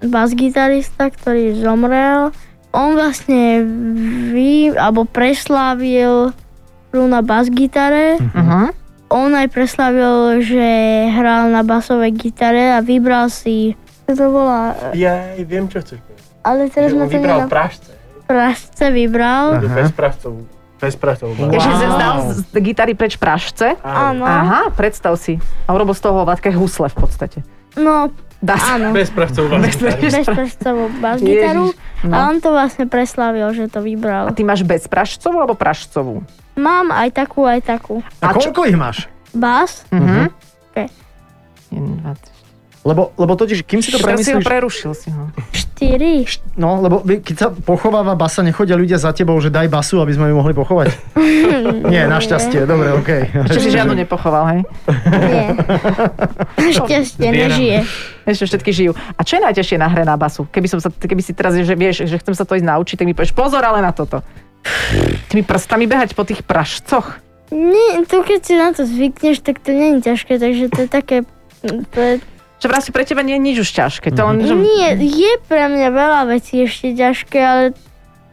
Speaker 6: basgitarista, ktorý zomrel. On vlastne vy, alebo preslávil hru na basgitare.
Speaker 1: Mhm.
Speaker 2: Uh-huh.
Speaker 6: On aj preslavil, že hral na basovej gitare a vybral si... Čo to bola?
Speaker 5: Ja aj viem, čo chceš povedať.
Speaker 6: Ale teraz
Speaker 5: Že
Speaker 6: ma
Speaker 5: on
Speaker 6: to
Speaker 5: vybral
Speaker 6: nedá.
Speaker 5: pražce.
Speaker 6: Pražce vybral.
Speaker 5: Že Bez pražcov. Bez pražcov.
Speaker 1: Wow.
Speaker 2: Takže zdal z z gitary preč prašce.
Speaker 6: Áno.
Speaker 2: Aha, predstav si. A urobil z toho také husle v podstate.
Speaker 6: No,
Speaker 2: Dá sa.
Speaker 6: áno.
Speaker 5: Bez pražcov. vlastne.
Speaker 6: Bez prstov
Speaker 2: Ježiš.
Speaker 6: basgitaru. No. A on to vlastne preslavil, že to
Speaker 2: A
Speaker 6: vybral.
Speaker 2: ty máš bezpražcovú alebo pražcovú?
Speaker 6: Mám aj takú, aj takú.
Speaker 1: A,
Speaker 2: A čo-
Speaker 1: koľko ich máš?
Speaker 6: Bás?
Speaker 2: Mhm.
Speaker 6: Okay.
Speaker 2: Jeden, dva, tri.
Speaker 1: Lebo, lebo totiž, kým si to
Speaker 2: Teraz si ho
Speaker 1: premyslíš...
Speaker 2: prerušil si ho.
Speaker 6: 4.
Speaker 1: No, lebo vy- keď sa pochováva basa, nechodia ľudia za tebou, že daj basu, aby sme ju mohli pochovať. Nie, našťastie, dobre, okej.
Speaker 2: Ešte si žiadnu nepochoval, hej?
Speaker 6: Nie. Šťastie
Speaker 5: Zbieram.
Speaker 6: nežije.
Speaker 2: Ešte všetky žijú. A čo je najťažšie na hre na basu? Keby, som sa, keby si teraz, že vieš, že chcem sa to ísť naučiť, tak mi povieš pozor ale na toto. Tými prstami behať po tých pražcoch.
Speaker 6: Nie, to keď si na to zvykneš, tak to není ťažké, takže to je také... To je,
Speaker 2: Čo vlastne pre teba nie je nič už ťažké. To len, že...
Speaker 6: nie, je pre mňa veľa vecí ešte ťažké, ale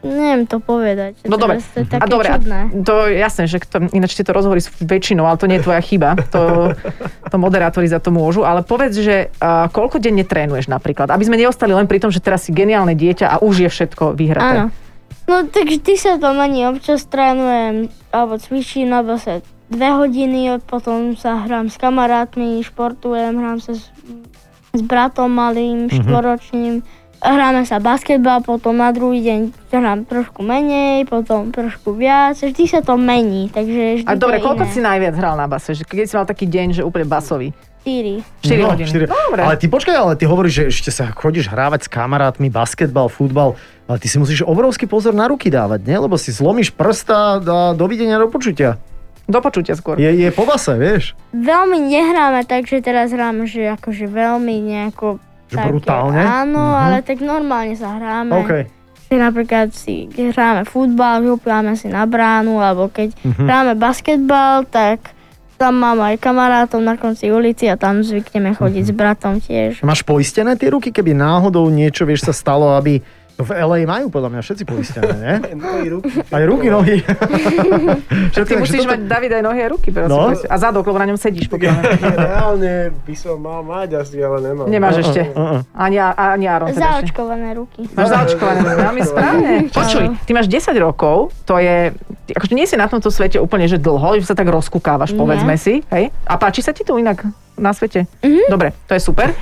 Speaker 6: neviem to povedať.
Speaker 2: No dobre.
Speaker 6: Teraz To je
Speaker 2: A
Speaker 6: také
Speaker 2: dobre, a
Speaker 6: čudné.
Speaker 2: to je jasné, že kto, ináč tieto rozhovory sú väčšinou, ale to nie je tvoja chyba, to, to moderátori za to môžu, ale povedz, že uh, koľko denne trénuješ napríklad, aby sme neostali len pri tom, že teraz si geniálne dieťa a už je všetko vyhraté.
Speaker 6: Áno. No tak vždy sa to mení, občas trénujem, alebo cvičím na base dve hodiny, potom sa hrám s kamarátmi, športujem, hrám sa s, s
Speaker 2: Mhm.
Speaker 6: bratom malým, štvoročným, hráme sa basketbal, potom na druhý deň hrám trošku menej, potom trošku viac, vždy sa to mení, takže vždy
Speaker 2: A dobre,
Speaker 6: to je
Speaker 2: koľko
Speaker 6: iné.
Speaker 2: si najviac hral na base? Že keď si mal taký deň, že úplne basový?
Speaker 6: Štyri.
Speaker 2: 4 hodiny.
Speaker 1: No, štyri.
Speaker 2: Dobre.
Speaker 1: Ale ty počkaj, ale ty hovoríš, že ešte sa chodíš hrávať s kamarátmi, basketbal, futbal, ale ty si musíš obrovský pozor na ruky dávať, nie? Lebo si zlomíš prsta a dovidenia, do počutia.
Speaker 2: Do počutia skôr.
Speaker 1: Je, je po base, vieš?
Speaker 6: Veľmi nehráme, takže teraz hráme, že akože veľmi nejako...
Speaker 1: Že brutálne?
Speaker 6: Áno,
Speaker 2: Mhm.
Speaker 6: ale tak normálne sa hráme.
Speaker 1: OK.
Speaker 6: Keď napríklad si keď hráme futbal, vyhúpľame si na bránu, alebo keď
Speaker 1: Mhm.
Speaker 6: hráme basketbal, tak tam mám aj kamarátov na konci ulici a tam zvykneme chodiť
Speaker 1: Mhm.
Speaker 6: s bratom tiež.
Speaker 1: Máš poistené tie ruky, keby náhodou niečo, vieš, sa stalo, aby... No v LA majú podľa mňa všetci poistené, nie? Aj ruky, nohy. Všetko,
Speaker 2: Ty
Speaker 1: takže
Speaker 2: musíš
Speaker 1: toto-
Speaker 2: mať David aj nohy a ruky. prosím,
Speaker 1: No.
Speaker 2: prosím. A zadok, lebo na ňom sedíš. Pokiaľ...
Speaker 5: Reálne by som mal mať asi, ale nemám.
Speaker 2: Nemáš ešte.
Speaker 1: Uh-uh.
Speaker 2: Ani, ani
Speaker 1: No,
Speaker 2: Aron. Teda ešte.
Speaker 6: Zaočkované ruky.
Speaker 2: Máš zaočkované, veľmi správne. Počuj, ty máš 10 rokov, to je, akože nie si na tomto svete úplne, že dlho, že sa tak rozkukávaš,
Speaker 6: Nie.
Speaker 2: povedzme si, hej? A páči sa ti tu inak na svete? Dobre, to je super.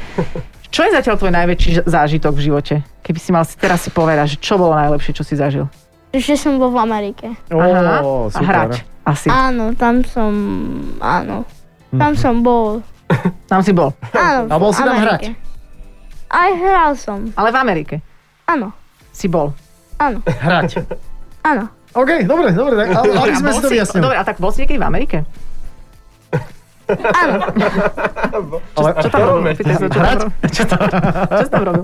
Speaker 2: Čo je zatiaľ tvoj najväčší ž- zážitok v živote? Keby si mal si teraz si povedať, že čo bolo najlepšie, čo si zažil?
Speaker 6: Že som bol v Amerike.
Speaker 1: Ó,
Speaker 2: a
Speaker 1: super.
Speaker 2: hrať. Asi.
Speaker 6: Áno, tam som... Áno. Tam som bol.
Speaker 2: Tam si bol.
Speaker 1: Mhm.
Speaker 6: Áno,
Speaker 1: A bol si
Speaker 6: v
Speaker 1: tam
Speaker 6: Amerike. Aj hral som.
Speaker 2: Ale v Amerike
Speaker 6: Áno,
Speaker 2: si bol.
Speaker 6: áno,
Speaker 1: Hrať.
Speaker 6: áno.
Speaker 1: OK, dobre, dobre, tak, ale, aby
Speaker 2: A
Speaker 1: sme
Speaker 2: bol
Speaker 1: si to
Speaker 2: si-
Speaker 1: vyjasnili.
Speaker 2: Dobre, a tak bol si niekedy v Amerike?
Speaker 1: Ale,
Speaker 2: Čo tam robil? Pýtaj sa, Čo tam
Speaker 1: Hrať?
Speaker 2: robil? Čo tam- čo si tam robil?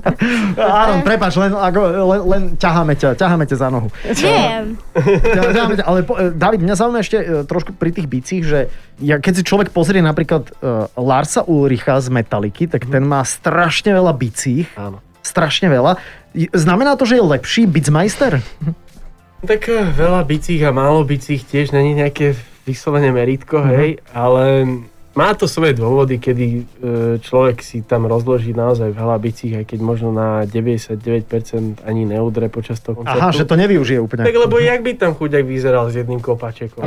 Speaker 1: Áron, prepáč, len, ako, len, len ťaháme ťa, ťaháme ťa za nohu.
Speaker 6: Viem.
Speaker 1: Ťa- ťaháme ťa, ale po, e, David, mňa zaujíma ešte e, trošku pri tých bicích, že ja, keď si človek pozrie napríklad e, Larsa Ulricha z Metaliky, tak ten má strašne veľa bicích.
Speaker 5: Áno.
Speaker 1: Strašne veľa. Je- Znamená to, že je lepší bicmajster?
Speaker 5: Tak eh, veľa bicích a málo bicích tiež není nejaké vyslovene meritko,
Speaker 1: Mhm.
Speaker 5: hej, ale má to svoje dôvody, kedy eh, človek si tam rozloží naozaj veľa bicích, aj keď možno na 99% ani neudre počas toho koncertu.
Speaker 1: Aha, že to Mhm. nevyužije úplne.
Speaker 5: Tak lebo jak by tam chuďak vyzeral s jedným kopáčekom?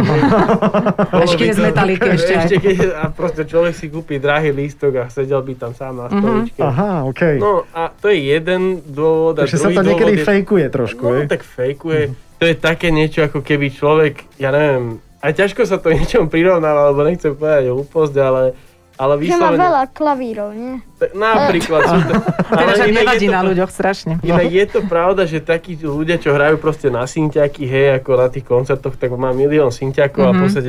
Speaker 2: Ešte keď je z metaliky ešte aj.
Speaker 5: ešte keď, a proste človek si kúpi drahý lístok a sedel by tam sám na
Speaker 2: Mhm.
Speaker 5: stoličke.
Speaker 1: Aha, okej.
Speaker 5: No a to je jeden dôvod a
Speaker 1: Takže sa
Speaker 5: druhý
Speaker 1: to niekedy
Speaker 5: dôvod je
Speaker 1: fejkuje trošku.
Speaker 5: No,
Speaker 1: hej?
Speaker 5: tak fejkuje. To je také niečo, ako keby človek, ja neviem, a ťažko sa to niečom prirovnáva, alebo nechcem povedať hlúposť, ale, ale
Speaker 6: Že má
Speaker 5: vyslovene...
Speaker 6: veľa klavírov, nie?
Speaker 5: Tak Napríklad sú to...
Speaker 2: Teda, že
Speaker 5: inak
Speaker 2: nevadí
Speaker 5: je to-
Speaker 2: na ľuďoch strašne.
Speaker 5: Inak je to pravda, že takí ľudia, čo hrajú proste na synťaky, hej, ako na tých koncertoch, tak má milión synťakov
Speaker 2: Mhm.
Speaker 5: a v podstate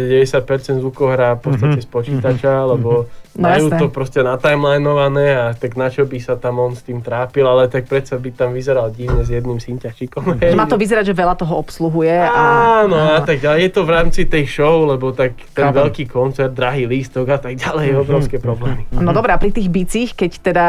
Speaker 5: 90% zvukov hrá v podstate z počítača, lebo
Speaker 2: No
Speaker 5: majú
Speaker 2: jasné.
Speaker 5: to proste natimelinované a tak na čo by sa tam on s tým trápil, ale tak predsa by tam vyzeral divne s jedným synťačikom. hej.
Speaker 2: Že má to vyzerať, že veľa toho obsluhuje a...
Speaker 5: Áno, no a tak ďalej. Je to v rámci tej show, lebo tak ten
Speaker 1: Chápem.
Speaker 5: veľký koncert, drahý lístok a tak ďalej,
Speaker 2: Mhm.
Speaker 5: je obrovské problémy.
Speaker 2: No dobré, a pri tých bicích, keď teda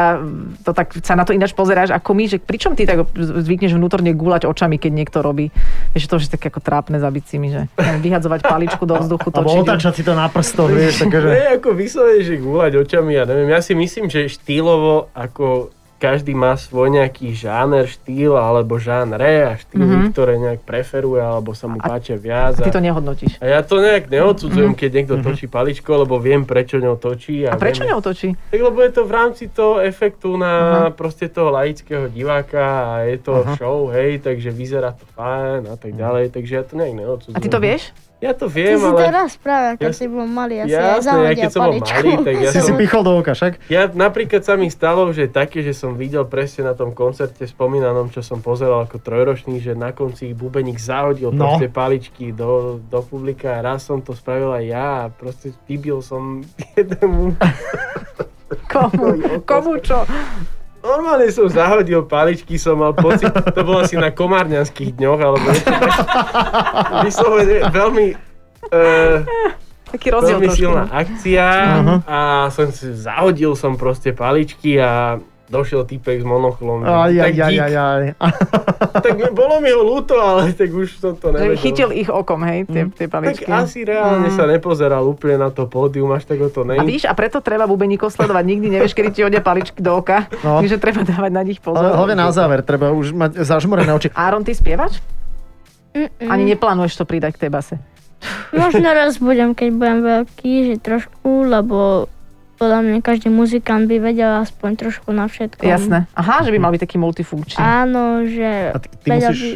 Speaker 2: to tak sa na to ináč pozeráš ako my, že pričom ty tak zvykneš vnútorne gúľať očami, keď niekto robí, vieš, to už je také ako trápne za bicími, že Len vyhadzovať paličku do vzduchu,
Speaker 1: Alebo
Speaker 2: točiť. ju.
Speaker 1: otáčať si to na prstov, vieš, také,
Speaker 5: To
Speaker 1: že...
Speaker 5: je ako vyslovene, že gúľať očami, ja neviem, ja si myslím, že štýlovo ako každý má svoj nejaký žáner, štýl alebo žánre a štýly,
Speaker 2: Mhm.
Speaker 5: ktoré nejak preferuje alebo sa mu
Speaker 2: A-
Speaker 5: páčia viac.
Speaker 2: Ty
Speaker 5: A,
Speaker 2: to nehodnotíš.
Speaker 5: a ja to nejak neodsudzujem, keď niekto točí paličko, lebo viem, prečo ňou točí.
Speaker 2: A prečo
Speaker 5: viem,
Speaker 2: neotočí?
Speaker 5: tak lebo je to v rámci toho efektu na proste toho laického diváka a je to show, hej, takže vyzerá to fajn a tak ďalej, takže ja to nejak neodsudzujem.
Speaker 2: A ty to vieš?
Speaker 5: Ja to
Speaker 6: Ty
Speaker 5: viem,
Speaker 6: si to
Speaker 5: ale
Speaker 6: raz práve, keď
Speaker 5: Ja-
Speaker 6: si bol malý, asi aj
Speaker 5: jasné, ja
Speaker 6: zahodia
Speaker 5: keď som bol
Speaker 6: paličku.
Speaker 5: malý, tak ja
Speaker 1: Si si
Speaker 5: som...
Speaker 1: pichol do oka, však?
Speaker 5: Ja napríklad sa mi stalo, že také, že som videl presne na tom koncerte spomínanom, čo som pozeral ako trojročný, že na konci bubeník zahodil
Speaker 1: No.
Speaker 5: proste paličky do, do publika a raz som to spravil aj ja a proste vybil som jednému
Speaker 2: Komu, komu čo?
Speaker 5: Normálne som zahodil paličky, som mal pocit, to bolo asi na komárňanských dňoch, alebo niečo také. Vyslovene veľmi, e,
Speaker 2: Taký rozdiel
Speaker 5: veľmi
Speaker 2: trošku. no.
Speaker 5: silná akcia
Speaker 1: Aha.
Speaker 5: a som si, zahodil som proste paličky a došiel typek s monoklom.
Speaker 1: Aj, aj,
Speaker 5: No. tak,
Speaker 1: aj,
Speaker 5: dík.
Speaker 1: aj, aj.
Speaker 5: tak mi- bolo mi ho ľúto, ale tak už som to
Speaker 2: Že
Speaker 5: nevedel.
Speaker 2: chytil ich okom, hej, tie, tie
Speaker 5: Mm. tak
Speaker 2: paličky.
Speaker 5: asi reálne sa
Speaker 1: Mm.
Speaker 5: nepozeral úplne na to pódium, až tak o to
Speaker 2: A
Speaker 5: není.
Speaker 2: víš, a preto treba bubeníkov sledovať. Nikdy nevieš, kedy ti hodia paličky do oka.
Speaker 1: No.
Speaker 2: Takže treba dávať na nich
Speaker 1: Ale
Speaker 2: pozor.
Speaker 1: hlavne na záver, treba už mať zažmorené oči.
Speaker 2: Áron, ty spievač?
Speaker 6: Mm-mm.
Speaker 2: Ani neplánuješ to pridať k tej base.
Speaker 6: Možno raz budem, keď budem veľký, že trošku, lebo podľa mňa každý muzikant by vedel aspoň trošku na všetko.
Speaker 2: Jasné. Aha, že by mal byť taký multifunkčný.
Speaker 6: Áno, že
Speaker 1: A ty, ty
Speaker 6: vedel
Speaker 1: musíš,
Speaker 6: by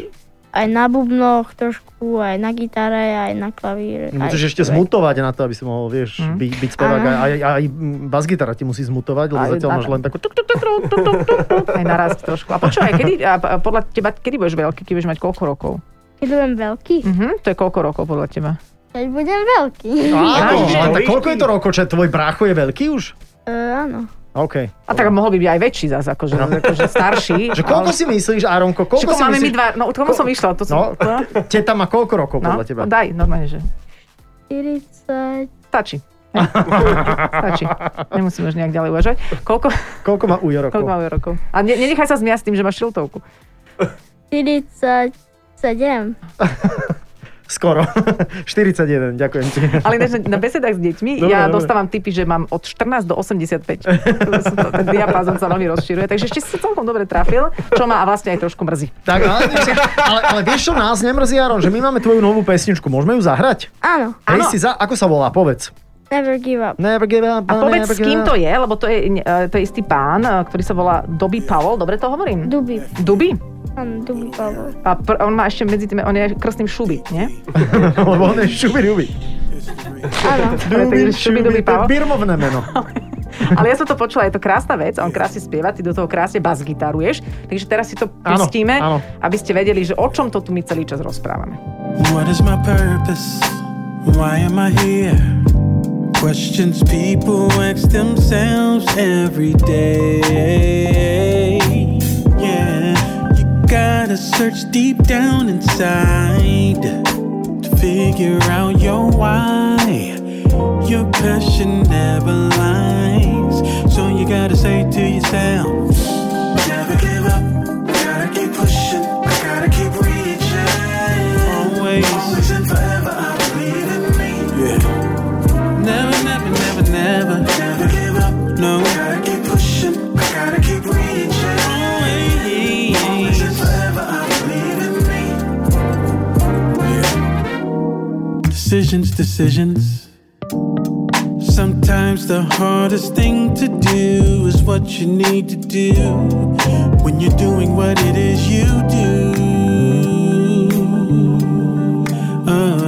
Speaker 6: aj na bubnoch trošku, aj na gitare, aj na klavír. aj
Speaker 1: No, musíš ešte
Speaker 6: všeliek.
Speaker 1: zmutovať na to, aby si mohol, vieš,
Speaker 2: Mm.
Speaker 1: byť, byť spevák.
Speaker 6: Áno.
Speaker 1: Aj, aj, aj mm, basgitara ti musí zmutovať, lebo
Speaker 2: Aj-
Speaker 1: zatiaľ
Speaker 2: a-
Speaker 1: máš len takú... tuk, tuk, tuk.
Speaker 2: Aj naraz trošku. A počúvaj, kedy, a a podľa teba, kedy budeš veľký, keď budeš mať koľko rokov?
Speaker 6: Keď budem veľký?
Speaker 1: Mm.
Speaker 2: Mhm, to je koľko rokov podľa teba?
Speaker 6: Keď budem veľký.
Speaker 1: Áno,
Speaker 5: Áno,
Speaker 1: ale tak
Speaker 5: vidíš.
Speaker 1: koľko je to rokov, čo tvoj brácho je veľký už?
Speaker 6: E, áno.
Speaker 1: OK.
Speaker 2: A tak mohol by byť aj väčší zase, akože, akože starší.
Speaker 1: No. Že koľko
Speaker 2: ale-
Speaker 1: si myslíš, Áronko, koľko
Speaker 2: Však
Speaker 1: si
Speaker 2: máme my
Speaker 1: myslíš?
Speaker 2: dva, no tomu som išla, to
Speaker 1: No,
Speaker 2: som, to,
Speaker 1: teta má koľko rokov
Speaker 2: no,
Speaker 1: podľa teba?
Speaker 2: daj, normálne, že
Speaker 6: 40...
Speaker 2: stačí. Hej. Stačí. Nemusíme už nejak ďalej uvažovať. Koľko,
Speaker 1: Koľko má Ujo rokov?
Speaker 2: koľko máme rokov? A ne, nenechaj sa zmiať s tým, že máš šiltovku.
Speaker 6: 47.
Speaker 1: Skoro. 41, ďakujem ti.
Speaker 2: Ale ináč na na besedách s deťmi
Speaker 1: Dobre,
Speaker 2: ja
Speaker 1: dobre.
Speaker 2: dostávam tipy, že mám od 14 do 85. To sú to- Ten diapázon sa veľmi rozširuje, takže ešte si celkom dobre trafil, čo ma a vlastne aj trošku mrzí.
Speaker 1: Tak, ale, ale, ale vieš čo, nás nemrzí, Aron, že my máme tvoju novú pesničku. Môžeme ju zahrať?
Speaker 6: Áno.
Speaker 1: Hej,
Speaker 2: Áno.
Speaker 1: si za, ako sa volá? Povedz.
Speaker 6: Never give up.
Speaker 1: Never give up,
Speaker 2: A povedz,
Speaker 1: never
Speaker 2: s
Speaker 1: give
Speaker 2: kým
Speaker 1: up.
Speaker 2: to je, lebo to je, ne- e, to je istý pán, e, ktorý sa volá Dobby Powell, dobre to hovorím?
Speaker 6: Duby.
Speaker 2: Duby?
Speaker 6: Áno, Duby Pavel.
Speaker 2: A pr- on má ešte medzi tým, on je krstným šuby, nie?
Speaker 1: Lebo on je šubi rubi.
Speaker 6: Áno.
Speaker 2: Takže šubi Duby
Speaker 1: to je
Speaker 2: Powell.
Speaker 1: birmovné meno.
Speaker 2: Ale ja som to počula, je to krásna vec, on krásne spieva, ty do toho krásne bas gitaruješ, takže teraz si to
Speaker 1: Áno,
Speaker 2: pustíme,
Speaker 1: áno.
Speaker 2: aby ste vedeli, že o čom to tu my celý čas rozprávame.
Speaker 7: What is my purpose? Why am I here? Questions people ask themselves every day. Yeah, you gotta search deep down inside to figure out your why. Your passion never lies, so you gotta say to yourself, Never give up, gotta keep pushing, gotta keep reaching. Always, always and forever, I believe in me. Yeah. Never, never, never, never, never give up. No, gotta keep pushing, gotta keep reaching. Always, always and forever, I believe in me. Yeah. Decisions, decisions. Sometimes the hardest thing to do is what you need to do when you're doing what it is you do. Oh, Uh,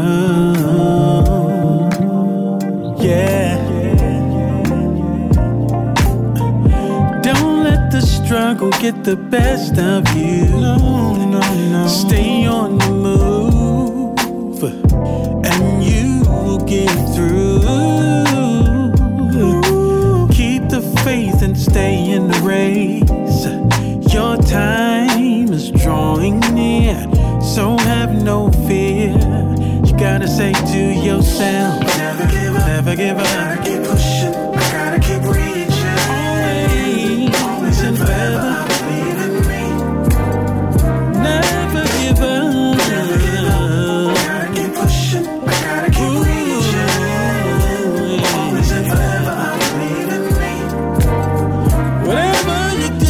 Speaker 7: yeah. Don't let the struggle get the best of you. No, no, no. Stay on the move and you will get through. Keep the faith and stay in the race. Your time is drawing near, so have no fear. You gotta say to yourself, never give up, never give up. Gotta keep pushing, gotta keep reaching. Always, always and forever. Believe in me. Never give up. Never give up. Gotta keep pushing. Gotta keep reaching. Always and forever. I believe in me. Whatever you do.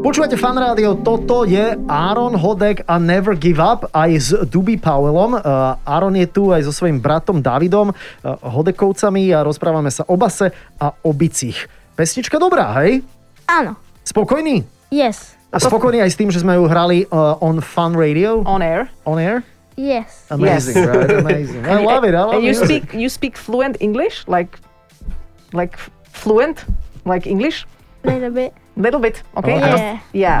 Speaker 1: Počúvate fan rádio, toto je Aaron Hodek a Never Give Up aj s Duby Powellom. Eh, Aaron je tu aj so svojím bratom Davidom eh, Hodekovcami a rozprávame sa o base a o bicích. Pesnička dobrá, hej?
Speaker 6: Áno,
Speaker 1: Spokojný?
Speaker 6: yes,
Speaker 1: A spokojný aj s tým, že sme ju hrali eh, on Fun Radio?
Speaker 2: On air.
Speaker 1: On air?
Speaker 6: yes.
Speaker 1: Amazing,
Speaker 2: Yes.
Speaker 1: right? Amazing. I love it, I love
Speaker 2: And you
Speaker 1: it.
Speaker 2: speak you speak fluent English, like like fluent, like English,
Speaker 6: Little bit.
Speaker 2: little bit,
Speaker 1: Oh,
Speaker 2: okay? A to- yeah,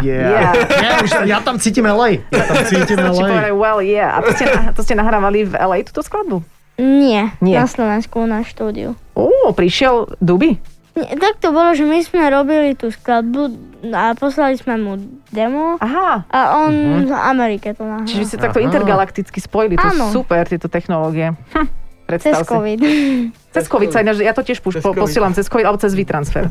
Speaker 1: Yeah.
Speaker 2: yeah.
Speaker 1: Ja, už, ja tam cítim LA. Ja tam cítim
Speaker 2: Stačí
Speaker 1: LA.
Speaker 2: povedať, well, yeah. A to ste, na- to ste nahrávali v LA túto skladbu?
Speaker 6: Nie,
Speaker 2: Nie.
Speaker 6: na Slovensku na štúdiu.
Speaker 2: Ó, prišiel Duby.
Speaker 6: Nie, tak to bolo, že my sme robili tú skladbu a poslali sme mu demo
Speaker 2: Aha,
Speaker 6: a on z Amerike to
Speaker 2: Mhm. čiže vy
Speaker 6: nahral.
Speaker 2: ste takto
Speaker 1: Aha.
Speaker 2: intergalakticky spojili. To
Speaker 6: Áno.
Speaker 2: je super, tieto technológie. Hm,
Speaker 6: Cez
Speaker 2: predstav si.
Speaker 6: COVID.
Speaker 2: Cez COVID. sa ináč- Ja to tiež už
Speaker 5: Cez
Speaker 2: po,
Speaker 5: COVID.
Speaker 2: posielam cez COVID, alebo cez No, vytransfer.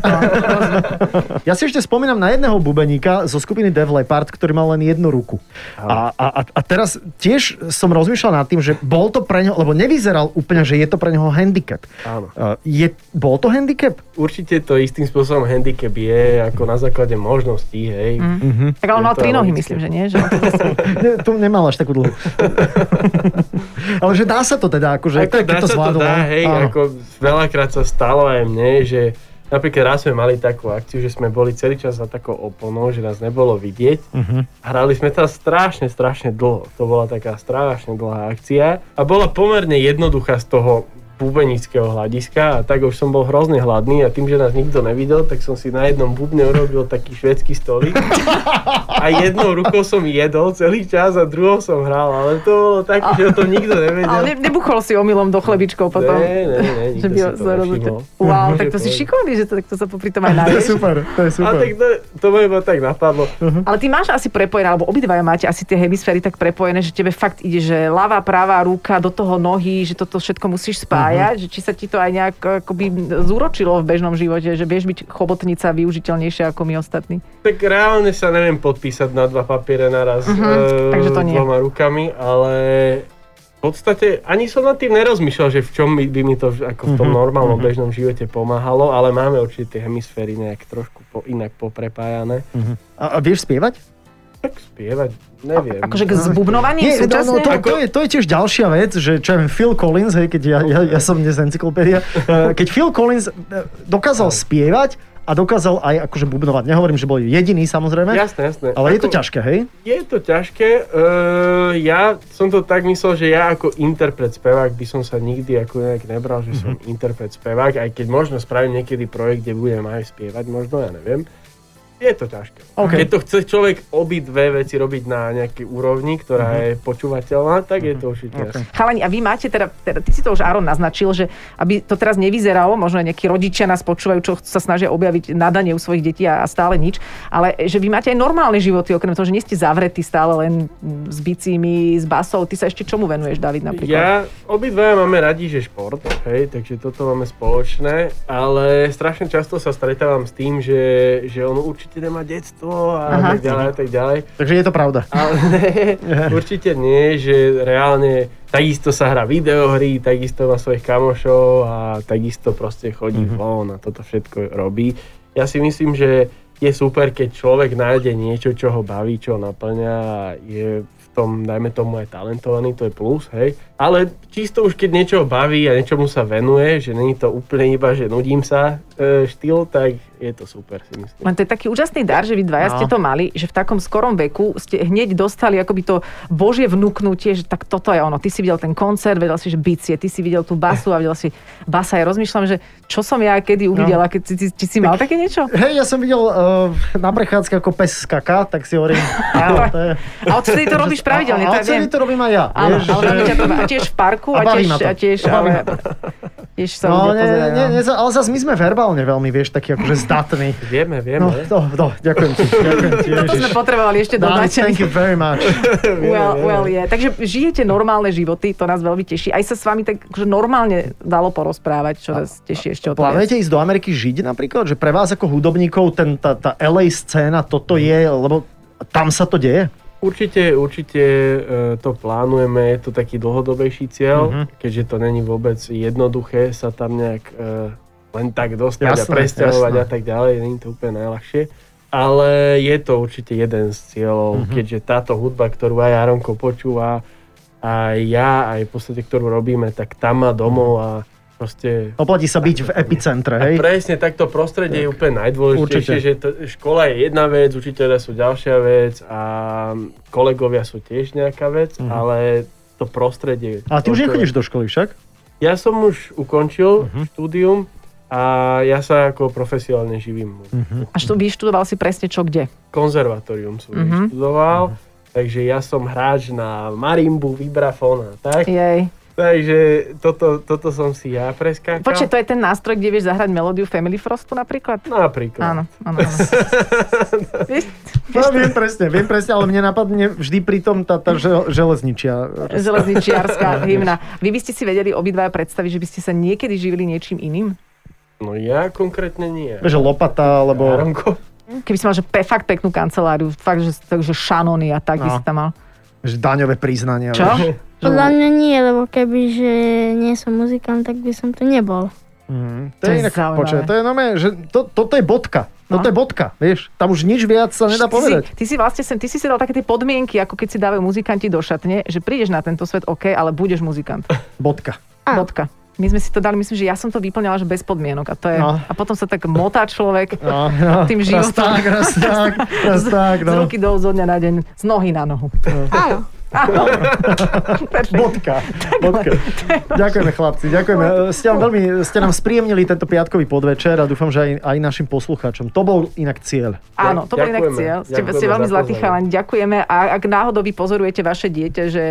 Speaker 1: Ja si ešte spomínam na jedného bubeníka zo skupiny Dev Leppard, ktorý mal len jednu ruku. A, a, a- a teraz tiež som rozmýšľal nad tým, že bol to pre neho, lebo nevyzeral úplne, že je to pre neho handicap.
Speaker 5: Áno.
Speaker 1: Uh, Je, bol to handicap?
Speaker 5: Určite to istým spôsobom handicap je ako na základe možností, hej.
Speaker 1: Mhm.
Speaker 2: no, Tak ale on mal
Speaker 5: Je to
Speaker 2: tri nohy,
Speaker 5: logické.
Speaker 2: myslím, že nie? Že?
Speaker 1: Ne, to nemal až takú dlhú. Ale že dá sa to teda, akože
Speaker 5: Ako
Speaker 1: keď
Speaker 5: dá sa to
Speaker 1: zvládol on.
Speaker 5: dá, hej,
Speaker 1: Áno.
Speaker 5: ako veľakrát sa stalo aj mne, že napríklad raz sme mali takú akciu, že sme boli celý čas za takou oponou, že nás nebolo vidieť.
Speaker 1: Mhm.
Speaker 5: Hrali sme tam strašne, strašne dlho. To bola taká strašne dlhá akcia a bola pomerne jednoduchá z toho bubenického hľadiska a tak už som bol hrozne hladný a tým, že nás nikto nevidel, tak som si na jednom bubne urobil taký švedský stolík a jednou rukou som jedol celý čas a druhou som hral, ale to bolo také, že o tom nikto nevedel.
Speaker 2: Ale ne, nebuchol si omylom do chlebičkov potom.
Speaker 5: Ne, ne, ne,
Speaker 2: že
Speaker 5: nikto
Speaker 2: by ho
Speaker 5: si to nevšimol.
Speaker 2: zarozumel. Wow, tak to
Speaker 5: Že
Speaker 2: si
Speaker 5: to-
Speaker 2: šikovný, že to, tak to sa popri tom aj
Speaker 1: To je
Speaker 2: nájdeš.
Speaker 1: super, to je
Speaker 5: A
Speaker 1: super.
Speaker 5: tak to, to ma iba tak napadlo.
Speaker 2: Ale ty máš asi prepojené, alebo obidvaja máte asi tie hemisféry tak prepojené, že tebe fakt ide, že ľavá, pravá ruka, do toho nohy, že toto všetko musíš spájať,
Speaker 5: Mhm.
Speaker 2: že či sa ti to aj nejak e, akoby zúročilo v bežnom živote, že vieš byť chobotnica využiteľnejšia ako my ostatní.
Speaker 5: Tak reálne sa neviem podpísať na dva papiere naraz
Speaker 2: Mhm,
Speaker 5: e,
Speaker 2: takže to nie.
Speaker 5: dvoma rukami, ale v podstate ani som nad tým nerozmýšľal, že v čom mi- by mi to v- ako v
Speaker 1: Mhm,
Speaker 5: tom normálnom bežnom živote pomáhalo, ale máme určite tie hemisféry nejak trošku po, inak poprepájané.
Speaker 1: A, a vieš spievať?
Speaker 5: Tak spievať, neviem.
Speaker 2: Akože k zbubnovaním
Speaker 1: Nie, no,
Speaker 2: súčasne?
Speaker 1: no, to, to, je, to je tiež ďalšia vec, že čo ja viem, Phil Collins, hej, keď ja, ja, ja som dnes encyklopédia, eh, keď Phil Collins eh, dokázal spievať a dokázal aj akože bubnovať. Nehovorím, že bol jediný samozrejme,
Speaker 5: Jasné, jasné.
Speaker 1: ale je to
Speaker 5: Ako-
Speaker 1: ťažké, hej?
Speaker 5: Je to ťažké. Uh, ja som to tak myslel, že ja ako interpret spevák by som sa nikdy ako nejak nebral, že
Speaker 2: Mhm.
Speaker 5: som interpret spevák, aj keď možno spravím niekedy projekt, kde budem aj spievať, možno, ja neviem. Je to ťažké.
Speaker 1: OK.
Speaker 5: Keď to chce človek obidve veci robiť na nejakej úrovni,
Speaker 2: Mhm.
Speaker 5: ktorá je počúvateľná, tak je to určite jasné.
Speaker 2: Chalani, a vy máte teda, teda, ty si to už Aaron naznačil, že aby to teraz nevyzeralo, možno aj nejakí rodičia nás počúvajú, čo sa snažia objaviť nadanie u svojich detí a, a stále nič, ale že vy máte aj normálne životy, okrem toho, že nie ste zavretí stále len mm, s bicími, s basou. Ty sa ešte čomu venuješ, David, napríklad?
Speaker 5: Ja, obidvaja máme radi, že šport, hej, takže toto máme spoločné, ale strašne často sa stretávam s tým, že, že on určite nemá detstvo a
Speaker 2: Aha.
Speaker 5: tak ďalej a tak ďalej.
Speaker 1: Takže je to pravda.
Speaker 5: Ale určite nie, že reálne takisto sa hrá videohry, takisto má svojich kamošov a takisto proste chodí von a toto všetko robí. Ja si myslím, že je super, keď človek nájde niečo, čo ho baví, čo ho naplňa a je v tom, dajme tomu, aj talentovaný, to je plus, hej. Ale čisto už keď niečo ho baví a niečomu sa venuje, že není to úplne iba, že nudím sa e, štýl, tak je to super, si myslím.
Speaker 2: Len to je taký úžasný dar, že vy
Speaker 1: No.
Speaker 2: dvaja no. ste to mali, že v takom skorom veku ste hneď dostali akoby to božie vnúknutie, že tak toto je ono. Ty si videl ten koncert, vedel si, že bicie, ty si videl tú basu a videl si basa. Ja rozmýšľam, že čo som ja kedy uvidela, keď si, si, si mal také niečo?
Speaker 1: Hej, ja som videl uh, na prechádzke ako pes skaká, tak si hovorím, áno, to je...
Speaker 2: A odtedy to robíš pravidelne,
Speaker 1: a, a
Speaker 2: to ja viem.
Speaker 1: odtedy to robím aj ja.
Speaker 2: Áno,
Speaker 1: vieš, No,
Speaker 2: ale robí ťa to a tiež v parku
Speaker 1: A
Speaker 2: a,
Speaker 1: baví
Speaker 2: tiež,
Speaker 1: ma to.
Speaker 2: a tiež,
Speaker 1: A baví
Speaker 2: ale,
Speaker 1: ma to.
Speaker 2: tiež sa
Speaker 1: No,
Speaker 2: ľudia
Speaker 1: nie,
Speaker 2: pozerajú.
Speaker 1: nie, nie, ale zase my sme verbálne veľmi, vieš, taký akože zdatný.
Speaker 5: Vieme,
Speaker 1: No,
Speaker 5: vieme.
Speaker 1: no, no, ďakujem ti, ďakujem ti,
Speaker 2: No, To sme
Speaker 1: Ježiš.
Speaker 2: potrebovali ešte
Speaker 1: Dávid,
Speaker 2: dodať.
Speaker 1: thank you very much.
Speaker 2: Well, well, yeah. Takže žijete normálne životy, to nás veľmi teší. Aj sa s vami tak akože normálne dalo porozprávať, čo nás teší ešte o to. viac.
Speaker 1: Plánujete ísť do Ameriky žiť napríklad? Že pre vás ako hudobníkov ten, tá, tá LA scéna, toto je, lebo tam sa to deje?
Speaker 5: Určite, určite e, to plánujeme, je to taký dlhodobejší cieľ,
Speaker 1: Mhm.
Speaker 5: keďže to není vôbec jednoduché sa tam nejak e, len tak dostať
Speaker 1: Jasné,
Speaker 5: a presťahovať
Speaker 1: jasné.
Speaker 5: a tak ďalej, není to úplne najľahšie. ale je to určite jeden z cieľov,
Speaker 1: Mhm.
Speaker 5: keďže táto hudba, ktorú aj Aronko počúva, aj ja, aj v podstate, ktorú robíme, tak tam má domov a proste...
Speaker 1: Oplatí sa byť v epicentre, hej?
Speaker 5: Presne takto prostredie je úplne najdôležitejšie,
Speaker 1: Určite.
Speaker 5: že to, škola je jedna vec, učiteľia sú ďalšia vec a kolegovia sú tiež nejaká vec, ale to
Speaker 1: Mhm.
Speaker 5: prostredie...
Speaker 1: A ty už
Speaker 5: to-
Speaker 1: nechodíš Mhm. do školy však?
Speaker 5: Ja som už ukončil štúdium a ja sa ako profesionálne živím.
Speaker 1: Mhm.
Speaker 2: A štú, vyštudoval si presne čo kde.
Speaker 5: Konzervatórium som
Speaker 2: Mhm.
Speaker 5: študoval,
Speaker 1: Mhm.
Speaker 5: takže ja som hráč na marimbu, vibrafón a tak.
Speaker 2: Jej.
Speaker 5: Takže toto, toto som si ja preskákal.
Speaker 2: Počkaj, to je ten nástroj, kde vieš zahrať melódiu Family Frostu napríklad?
Speaker 5: Napríklad.
Speaker 2: Áno, áno, áno. Vieš,
Speaker 1: No, viem presne, viem presne, ale mne napadne vždy pritom tá, tá žel- železničia.
Speaker 2: železničiarská hymna. Vy by ste si vedeli obidvaja predstaviť, že by ste sa niekedy živili niečím iným?
Speaker 5: No ja konkrétne nie.
Speaker 1: Vieš, že lopata, alebo...
Speaker 5: Aronko?
Speaker 2: Keby si mal že pe, fakt peknú kanceláriu, fakt, že, takže šanony a tak no. by
Speaker 1: No.
Speaker 2: si tam mal.
Speaker 1: Že daňové priznania.
Speaker 2: Čo?
Speaker 1: vieš.
Speaker 6: Podľa mňa nie, lebo keby, že nie som muzikant, tak by som tu nebol.
Speaker 1: Mm, to, je
Speaker 2: To je
Speaker 1: inak,
Speaker 2: zaujímavé.
Speaker 1: počuaj, to je normálne, že to, toto je bodka.
Speaker 2: No.
Speaker 1: Toto je bodka, vieš. Tam už nič viac sa nedá
Speaker 2: Ty si,
Speaker 1: povedať.
Speaker 2: ty si vlastne sem, ty si si dal také tie podmienky, ako keď si dávajú muzikanti do šatne, že prídeš na tento svet, OK, ale budeš muzikant.
Speaker 1: Bodka.
Speaker 6: Á.
Speaker 2: Bodka. My sme si to dali, myslím, že ja som to vyplňala, že bez podmienok. A, to je,
Speaker 1: No.
Speaker 2: a potom sa tak motá človek
Speaker 1: No, no,
Speaker 2: Tým
Speaker 1: raz
Speaker 2: životom.
Speaker 1: tak, raz tak, raz tak,
Speaker 2: z
Speaker 1: no.
Speaker 2: ruky do zo dňa na deň, z nohy na nohu.
Speaker 6: Áno.
Speaker 2: Áno. Perfekt.
Speaker 1: Bodka. Bodka. Ďakujeme chlapci, ďakujeme. E, Ste nám, veľmi, ste nám spríjemnili tento piatkový podvečer a dúfam, že aj, aj našim poslucháčom. To bol inak cieľ.
Speaker 2: Áno, to bol inak
Speaker 5: Ďakujeme.
Speaker 2: cieľ. Ste,
Speaker 5: Ďakujeme
Speaker 2: ste veľmi
Speaker 5: za
Speaker 2: zlatý
Speaker 5: pozvanie.
Speaker 2: chalani, ďakujeme. A ak náhodou vy pozorujete vaše dieťa, že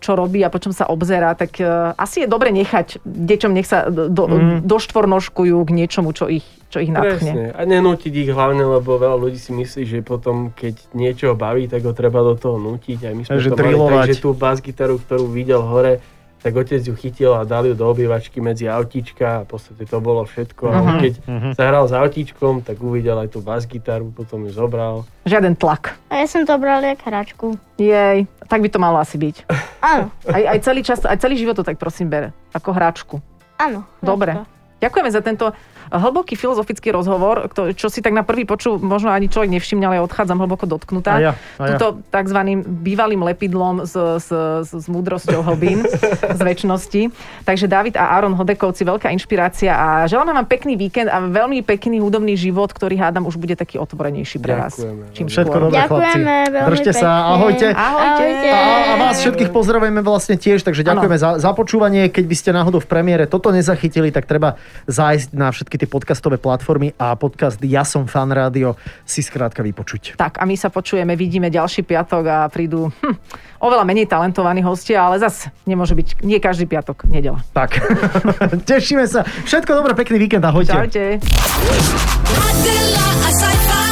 Speaker 2: čo robí a po čom sa obzerá, tak uh, asi je dobre nechať deťom, nech sa do, mm. doštvornožkujú k niečomu, čo ich, čo ich natchne.
Speaker 5: Mhm. Presne. A nenútiť ich hlavne, lebo veľa ľudí si myslí, že potom, keď niečo baví, tak ho treba do toho nútiť. Aj my sme
Speaker 1: Takže
Speaker 5: to mali,
Speaker 1: drillovať.
Speaker 5: takže tú bas-gitaru, ktorú videl hore, tak otec ju chytil a dal ju do obývačky medzi autíčka a v podstate to bolo všetko. A on keď sa hral s autíčkom, tak uvidel aj tú bas-gitaru, potom ju zobral.
Speaker 2: Žiaden tlak.
Speaker 6: A ja som to bral jak hračku.
Speaker 2: Jej, tak by to malo asi byť.
Speaker 6: Áno,
Speaker 2: Aj, aj celý čas, aj celý život to tak prosím bere, ako hráčku.
Speaker 6: áno. hračka.
Speaker 2: Dobre. Ďakujeme za tento hlboký filozofický rozhovor, kto- čo si tak na prvý počul, možno ani človek nevšimne, ale ja odchádzam hlboko dotknutá.
Speaker 1: A ja, a ja.
Speaker 2: Tuto tzv. bývalým lepidlom s, s, s, s múdrosťou hlbín, z väčšnosti. Takže David a Áron Hodekovci, veľká inšpirácia a želáme vám pekný víkend a veľmi pekný hudobný život, ktorý hádam už bude taký otvorenejší pre vás.
Speaker 5: Ďakujeme.
Speaker 2: Čím
Speaker 1: Všetko
Speaker 2: skôr.
Speaker 1: dobré, chlapci.
Speaker 6: Ďakujeme veľmi
Speaker 1: Držte
Speaker 6: pekne.
Speaker 1: sa, ahojte.
Speaker 2: Ahojte.
Speaker 1: A, a vás všetkých pozdravujeme vlastne tiež, takže ďakujeme za, za počúvanie. Keď by ste náhodou v premiére toto nezachytili, tak treba zájsť na všetky tie podcastové platformy a podcast Ja som fan rádio si skrátka vypočuť.
Speaker 2: Tak a my sa počujeme, vidíme ďalší piatok a prídu hm, oveľa menej talentovaní hostia, ale zas nemôže byť, nie každý piatok, nedela.
Speaker 1: Tak, tešíme sa. Všetko dobré, pekný víkend, ahojte.
Speaker 2: Čaute.
Speaker 3: Adela, a sci-fi.